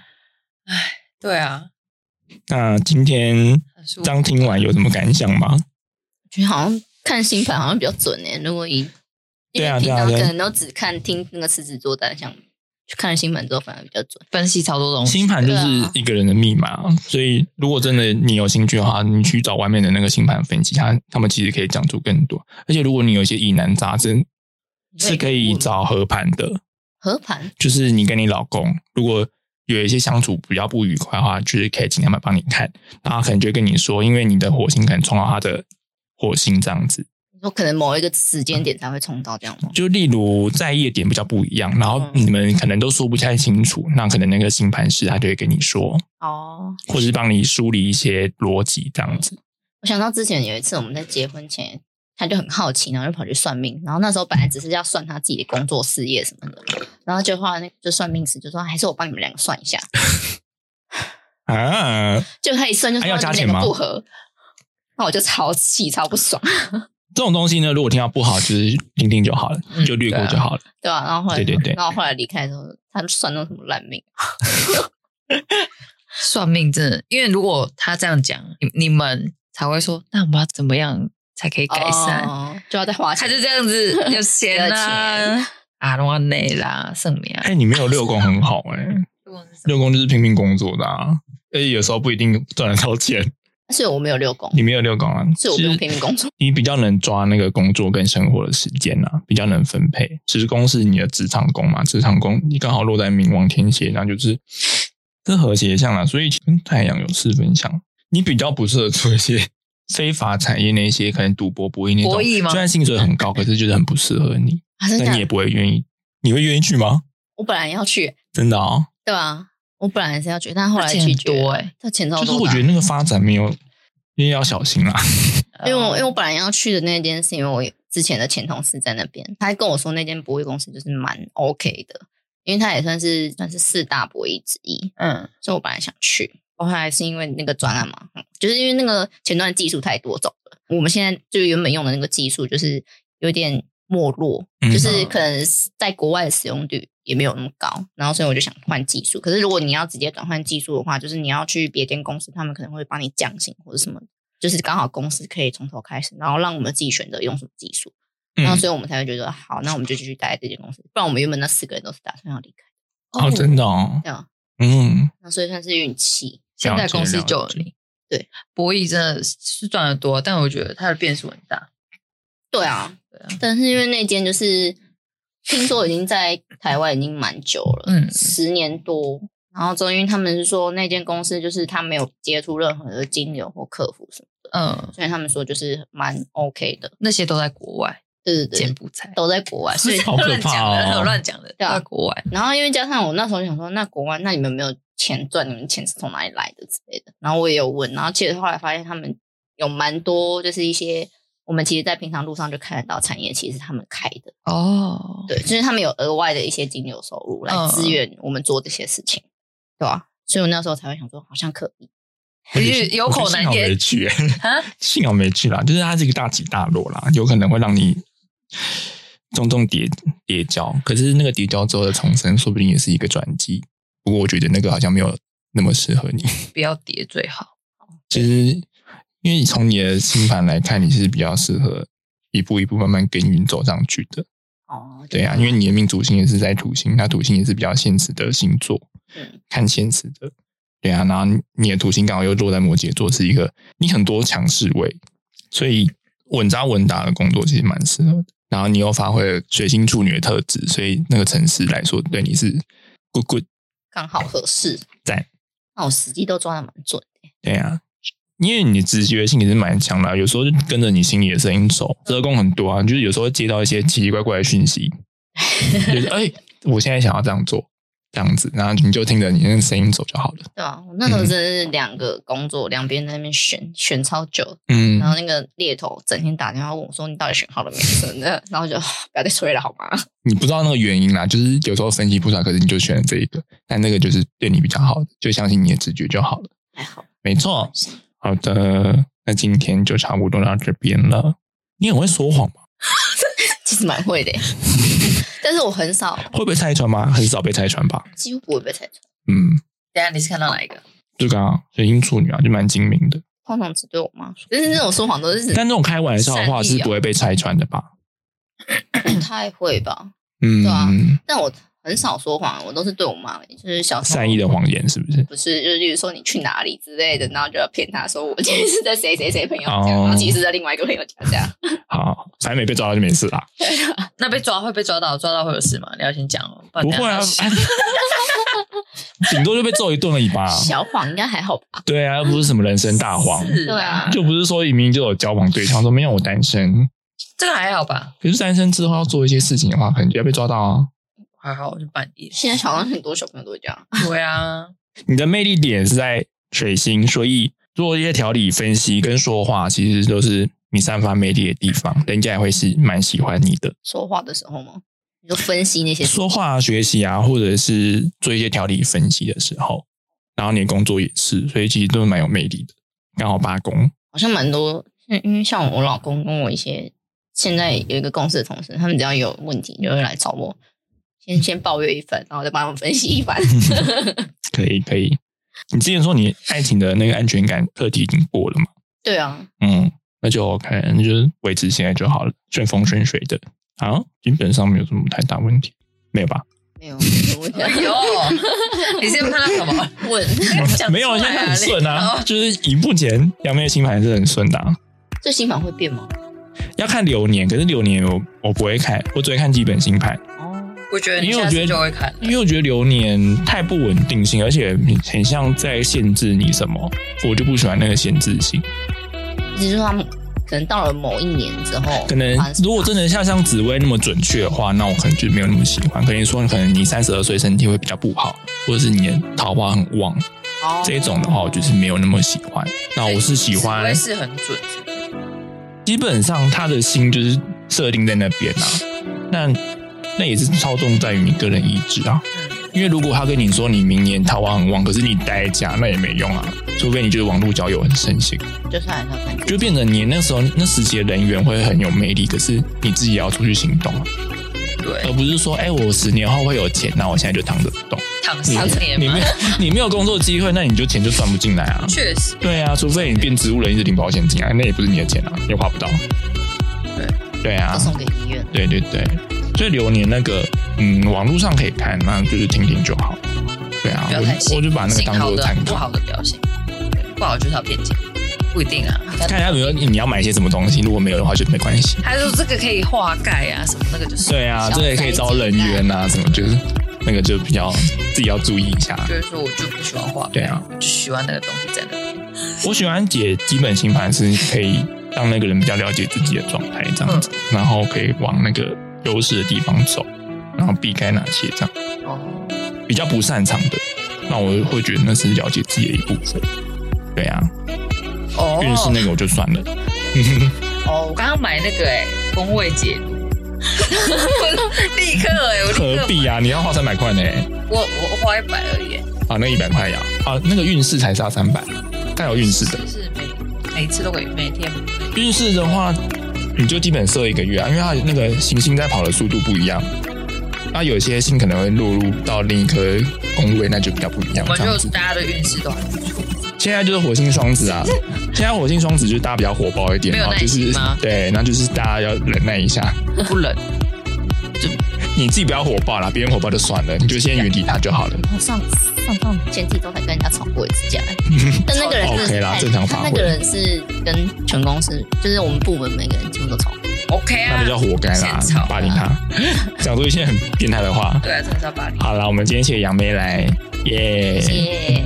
S2: 对啊，
S1: 那今天
S2: 很舒服。
S1: 刚听完有什么感想吗？
S3: 觉得好像看星盘好像比较准诶、如果以因
S1: 对啊
S3: 为平
S1: 对啊
S3: 常可
S1: 对啊
S3: 能都只看听那个狮子座单项，去看星盘之后反而比较准。
S2: 分析超多东西，
S1: 星盘就是一个人的密码，啊所以如果真的你有兴趣的话，你去找外面的那个星盘分析，他他们其实可以讲出更多。而且如果你有一些疑难杂症，是可以找合盘的，
S3: 合盘
S1: 就是你跟你老公如果有一些相处比较不愉快的话，就是可以请他们帮你看，那他可能就会跟你说，因为你的火星可能冲到他的火星这样子。
S3: 你说可能某一个时间点才会冲到这样吗？
S1: 就例如在意的点比较不一样，然后
S3: 嗯
S1: 你们可能都说不太清楚，那可能那个星盘师他就会跟你说，
S3: 哦，
S1: 或者是帮你梳理一些逻辑这样子。
S3: 我想到之前有一次我们在结婚前，他就很好奇，然后就跑去算命。然后那时候本来只是要算他自己的工作、事业什么的，然后就后来那就算命师就说，还哎是我帮你们两个算
S1: *laughs*
S3: 一下。
S1: 啊，
S3: 就他一算就
S1: 还
S3: 说
S1: 哎要
S3: 哎
S1: 加
S3: 你
S1: 钱
S3: 们两个
S1: 吗
S3: 不合，那我就超气、超不爽，
S1: 这种东西呢，如果听到不好，就是听听就好了，
S2: 嗯
S1: 就略过就好了。
S3: 对吧、然后后来，
S1: 对啊对对
S3: 然后后来离开的时候，他就算那种什么烂命，
S2: 算命真的，因为如果他这样讲，你你们才会说，那我们要怎么样才可以改善？
S3: 哦就要再花
S2: 他
S3: 钱。
S2: 就这样子，有钱啊
S3: 有
S2: 啦，阿罗内啦，圣米啊
S1: 哎、，你没有六宫很好哎、六宫就是拼命工作的啊，而且有时候不一定赚得到钱。
S3: 所以我没有六宫，
S1: 你没有六宫啊，
S3: 所以我不
S1: 就
S3: 用
S1: 是
S3: 拼命工作。
S1: *laughs* 你比较能抓那个工作跟生活的时间啊，比较能分配。职工是你的职场工嘛，职场工你刚好落在冥王天蝎，那就是 *sniffs* 这和谐相啊，所以跟太阳有四分相。你比较不适合做一些 *laughs* 非法产业那些，可能赌博、博弈那种。
S2: 博弈吗
S1: 虽然薪水很
S3: *laughs*
S1: 高，可是就是很不适合你，
S3: 啊，真的
S1: 但
S3: 假
S1: 你也
S3: 的？
S1: 不会愿意。你会愿意去吗？
S3: 我本来要去，
S1: 真的啊、
S3: 对吧？我本来是要去，但后
S2: 后
S3: 来
S2: 来
S3: 拒
S2: 很
S3: 绝
S2: 多
S3: 了。
S2: 哎，
S3: 他钱超
S1: 就是
S3: 多
S1: 我
S3: 的啊，
S1: 觉得那个发展没有，因为要小心啊啦。
S2: 欸
S3: 因为我因为我本来要去的那间是因为我之前的前同事在那边，他还跟我说那间博弈公司就是蛮 OK 的，因为他也算是算是四大博弈之一，
S2: 嗯，
S3: 所以我本来想去，我后来是因为那个专案嘛，嗯就是因为那个前端技术太多种了，我们现在就原本用的那个技术就是有点没落，
S1: 嗯
S3: 就是可能在国外的使用率也没有那么高，然后所以我就想换技术。可是如果你要直接转换技术的话，就是你要去别间公司，他们可能会帮你降薪或者什么，就是刚好公司可以从头开始，然后让我们自己选择用什么技术。
S1: 嗯
S3: 然后所以我们才会觉得好，那我们就继续待在这间公司，不然我们原本那四个人都是打算要离开，
S1: 哦，真的哦，
S3: 对啊，
S1: 嗯，
S3: 那所以算是运气。
S2: 现在公司就有
S1: 了
S2: 你，
S3: 对，
S2: 博弈真的是赚的多，但我觉得它的变数很大，
S3: 对啊，
S2: 对啊，
S3: 但是因为那间就是听说已经在台湾已经蛮久了，
S2: 嗯
S3: 十年多。然后之后，因为他们是说那间公司就是他没有接触任何的金流或客服什么的，
S2: 嗯，
S3: 所以他们说就是蛮 OK 的。
S2: 那些都在国外，
S3: 对对
S2: 柬
S3: 对，
S2: 埔寨，
S3: 都在国
S1: *laughs*
S3: 外，所以
S1: 好可怕哦
S2: 乱讲的，乱讲的，
S3: 对啊
S2: 在国外，
S3: 然后因为加上我那时候想说，那国外那你们有没有钱赚，你们钱是从哪里来的之类的。然后我也有问，然后其实后来发现他们有蛮多就是一些我们其实在平常路上就看得到产业，其实是他们开的。
S2: 哦，
S3: 对，就是他们有额外的一些金流收入
S1: 嗯
S3: 来支援我们做这些事情，对吧、所以我那时候才会想说，好像可以。
S1: 我觉
S2: 其
S1: 得
S2: 实有口难
S1: 我觉得幸好
S2: 言
S1: 没去、
S2: *laughs* 啊
S1: 幸好没去啦，就是它是一个大起大落啦，有可能会让你重重叠叠跤，可是那个叠跤之后的重生，说不定也是一个转机。不过我觉得那个好像没有那么适合你。
S2: 不要叠最好。
S1: 其实，因为从你的星盘来看，你是比较适合一步一步慢慢耕耘走上去的。
S3: 哦，
S1: 对啊，因为你的命主星也是在土星，那土星也是比较现实的星座，
S3: 嗯
S1: 看现实的。对啊，然后你的土星刚好又落在摩羯座，是一个你很多强势位，所以稳扎稳打的工作其实蛮适合的。然后你又发挥了水星处女的特质，所以那个城市来说对你是 good good。
S3: 刚好合适。
S1: *laughs* 在，
S3: 那我时机都抓的蛮准的。
S1: 对啊，因为你的直觉性也是蛮强的啊、有时候就跟着你心里的声音走，折功很多啊，就是有时候会接到一些奇奇怪怪的讯息，就是哎、我现在想要这样做，这样子，然后你就听着你那个声音走就好了。
S3: 对啊，我那
S1: 嗯
S3: 时候真的是两个工作，两边在那边选选超久，
S1: 嗯
S3: 然，后那个猎头整天打电话问我说：“你到底选好了没？”真的，然后就不要再催了好吗？
S1: 你不知道那个原因啦，就是有时候分析不出来，可是你就选了这一个，但那个就是对你比较好的，就相信你的直觉就好了。
S3: 还好，
S1: 没错，好的，那今天就差不多到这边了。你很会说谎吗？
S3: *laughs* 其实蛮会的，
S1: *laughs*
S3: 但是我很少，
S1: 会被拆穿吗？很少被拆穿吧？
S3: 几乎不会被拆穿。
S1: 嗯，
S2: 等下你是看到哪一个？
S1: 就刚刚水星处女啊，就蛮精明的。
S3: 通常只对我妈说，但是那种说谎都是指
S1: 但这种开玩笑的话
S3: 嗯善
S1: 是
S3: 意啊
S1: 不会被拆穿的吧？
S3: 不太会吧？
S1: 嗯，
S3: 对啊但我很少说谎，我都是对我妈，就是小时候
S1: 善意的谎言是不是？
S3: 不是，就是例如说你去哪里之类的，然后就要骗她说我今天是在谁谁谁朋友家，
S1: 哦
S3: 然后其实是在另外一个朋友家这样。
S1: 好，反正没被抓到就没事啦。
S2: *laughs* 那被抓会被抓到，抓到会有事吗？你要先讲哦，不然
S1: 不
S2: 等下
S1: 会啊
S2: 他死，
S1: *laughs* 顶多就被揍一顿而已吧。
S3: 小谎应该还好吧？
S1: 对啊，又不是什么人生大谎，
S2: 是
S3: 对啊
S1: 就不是说明明就有交往对象，说没有我单身，
S2: 这个还好吧，
S1: 可是单身之后要做一些事情的话，可能就要被抓到啊。
S2: 还好，我就半夜。
S3: 现在小像很多小朋友都会这样，
S2: 对啊，
S1: 你的魅力点是在水星，所以做一些条理分析跟说话，其实都是你散发魅力的地方，人家也会是蛮喜欢你的。
S3: 说话的时候吗？你就分析那些
S1: 说话、啊、学习啊，或者是做一些条理分析的时候，然后你的工作也是，所以其实都是蛮有魅力的。刚好八宫，
S3: 好像蛮多，嗯因为像我老公跟我一些现在有一个公司的同事，他们只要有问题就会来找我，先先抱怨一番，然后再帮他们分析一番。 *laughs*
S1: 可以可以。你之前说你爱情的那个安全感课题已经过了嘛？
S3: 对啊，
S1: 嗯，那就 OK，那就是维持现在就好了，顺风顺水的。好，基本上没有什么太大问题，没有吧？
S3: 没有没有问题啊
S2: 哎
S3: *laughs*
S2: 呦，你是要看到什么？
S3: 问。
S1: *laughs*
S2: 讲
S1: 没有，
S2: 出
S1: 现
S2: 来
S1: 在很顺
S2: 你
S1: 啊，就是以目前杨妹的星盘是很顺的、啊。
S3: 这新房会变吗？
S1: 要看流年，可是流年我我不会看，我只会看基本星盘。
S3: 哦，
S2: 我觉得你
S1: 因为我
S2: 下
S1: 觉
S2: 次
S1: 得
S2: 就会看了，
S1: 因为我觉得流年太不稳定性，而且很像在限制你什么，我就不喜欢那个限制性。
S3: 只是说他们可能到了某一年之后，
S1: 可能
S3: 发生
S1: 如果真的像像紫薇那么准确的话，那我可能就没有那么喜欢。可能说，可能你三十二岁身体会比较不好，或者是你的桃花很旺
S3: 哦
S1: 这一种的话，我就是没有那么喜欢。那我是喜
S2: 紫
S1: 欢
S2: 薇，是很准，是不是
S1: 基本上他的心就是设定在那边啊。那那也是操纵在于你个人意志啊。
S2: 嗯
S1: 因为如果他跟你说你明年桃花很旺，可是你待在家，那也没用啊。除非你就是网络交友很盛行，
S3: 就是还是要看自己
S1: 就变成你那时候那时节人缘会很有魅力，可是你自己也要出去行动啊，
S2: 对，
S1: 而不是说，哎、我十年后会有钱，那我现在就躺着不动。
S2: 躺
S1: 你
S2: 十年
S1: 你
S2: 嘛
S1: 没，有你没有工作机会，那你就钱就赚不进来啊。
S2: 确实，
S1: 对啊，除非你变植物人一直领保险金啊，那也不是你的钱啊，也花不到。对对啊
S3: 要，送给医院。
S1: 对对对，所以流年那个，嗯，网络上可以看，那就是听听就好。对啊
S2: 不，要太
S1: 我
S2: 信，
S1: 我就把那个
S2: 信
S1: 当
S2: 好
S1: 做
S2: 的
S1: 参
S2: 不
S1: 考。
S2: 好的表现，对不好就是要偏见，不一定啊。
S1: 看一下，比如说你要买一些什么东西，如果没有的话就没关系。
S2: 他说这个可以化钙啊，什么那个就是，
S1: 对啊，这个也可以招人员啊，什么就是那个就比较自己要注意一下。
S2: 就是说我就不喜欢化钙，
S1: 对啊，
S2: 我就喜欢那个东西在那边。
S1: 我喜欢解基本星盘是可以让那个人比较了解自己的状态这样子，然后可以往那个优势的地方走，然后避开哪些这样
S2: 哦，
S1: 比较不擅长的，那我会觉得那是了解自己的一部分。对啊，
S2: 哦
S1: 运势那个我就算了。
S2: 哦，我刚刚买那个哎、宫位解读， *laughs* 我立刻哎、我立
S1: 何
S2: 刻，
S1: 必啊？你要花三百块呢？
S2: 我我花一百而已、欸，
S1: 啊，那一百块呀？啊，那个运势才差三百，带有运势的。
S2: 就是每每次都可以每天
S1: 运势的话，你就基本设一个月啊，因为它那个行星在跑的速度不一样，那有些星可能会落入到另一颗宫位，那就比较不一样。
S2: 我
S1: 这样
S2: 们就
S1: 子，
S2: 大家的运势都还
S1: 现在就是火星双子
S2: *laughs*
S1: 啊，现在火星双子就是大家比较火爆一点，
S2: 没有
S1: 然后就
S2: 耐
S1: 是
S2: 心吗
S1: 对，那就是大家要忍耐一下，
S2: 不
S1: *laughs*
S2: 冷，
S1: 你自己不要火爆啦，别人火爆就算了，你就先远离他就好
S2: *laughs*
S1: 了。
S3: 然后上上上前几周才跟人家吵过一次
S1: *laughs*
S3: 架，但那个人真的
S1: OK
S3: 是
S1: 啦
S3: 太
S1: 正常发挥
S3: 那个人是跟全公司，就是我们部门每个人几乎都吵。
S2: OK
S1: 那
S2: 啊
S1: 就，叫活该啦
S2: 现，炒
S1: 霸凌他，讲出一些很变态的话。
S2: 对啊，真的是要巴黎。
S1: 好啦，我们今天谢谢杨梅来，耶、
S3: 耶，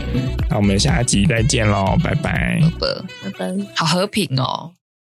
S1: 那我们下集再见喽，拜拜。
S2: 不，
S3: 拜拜。
S2: 好和平哦。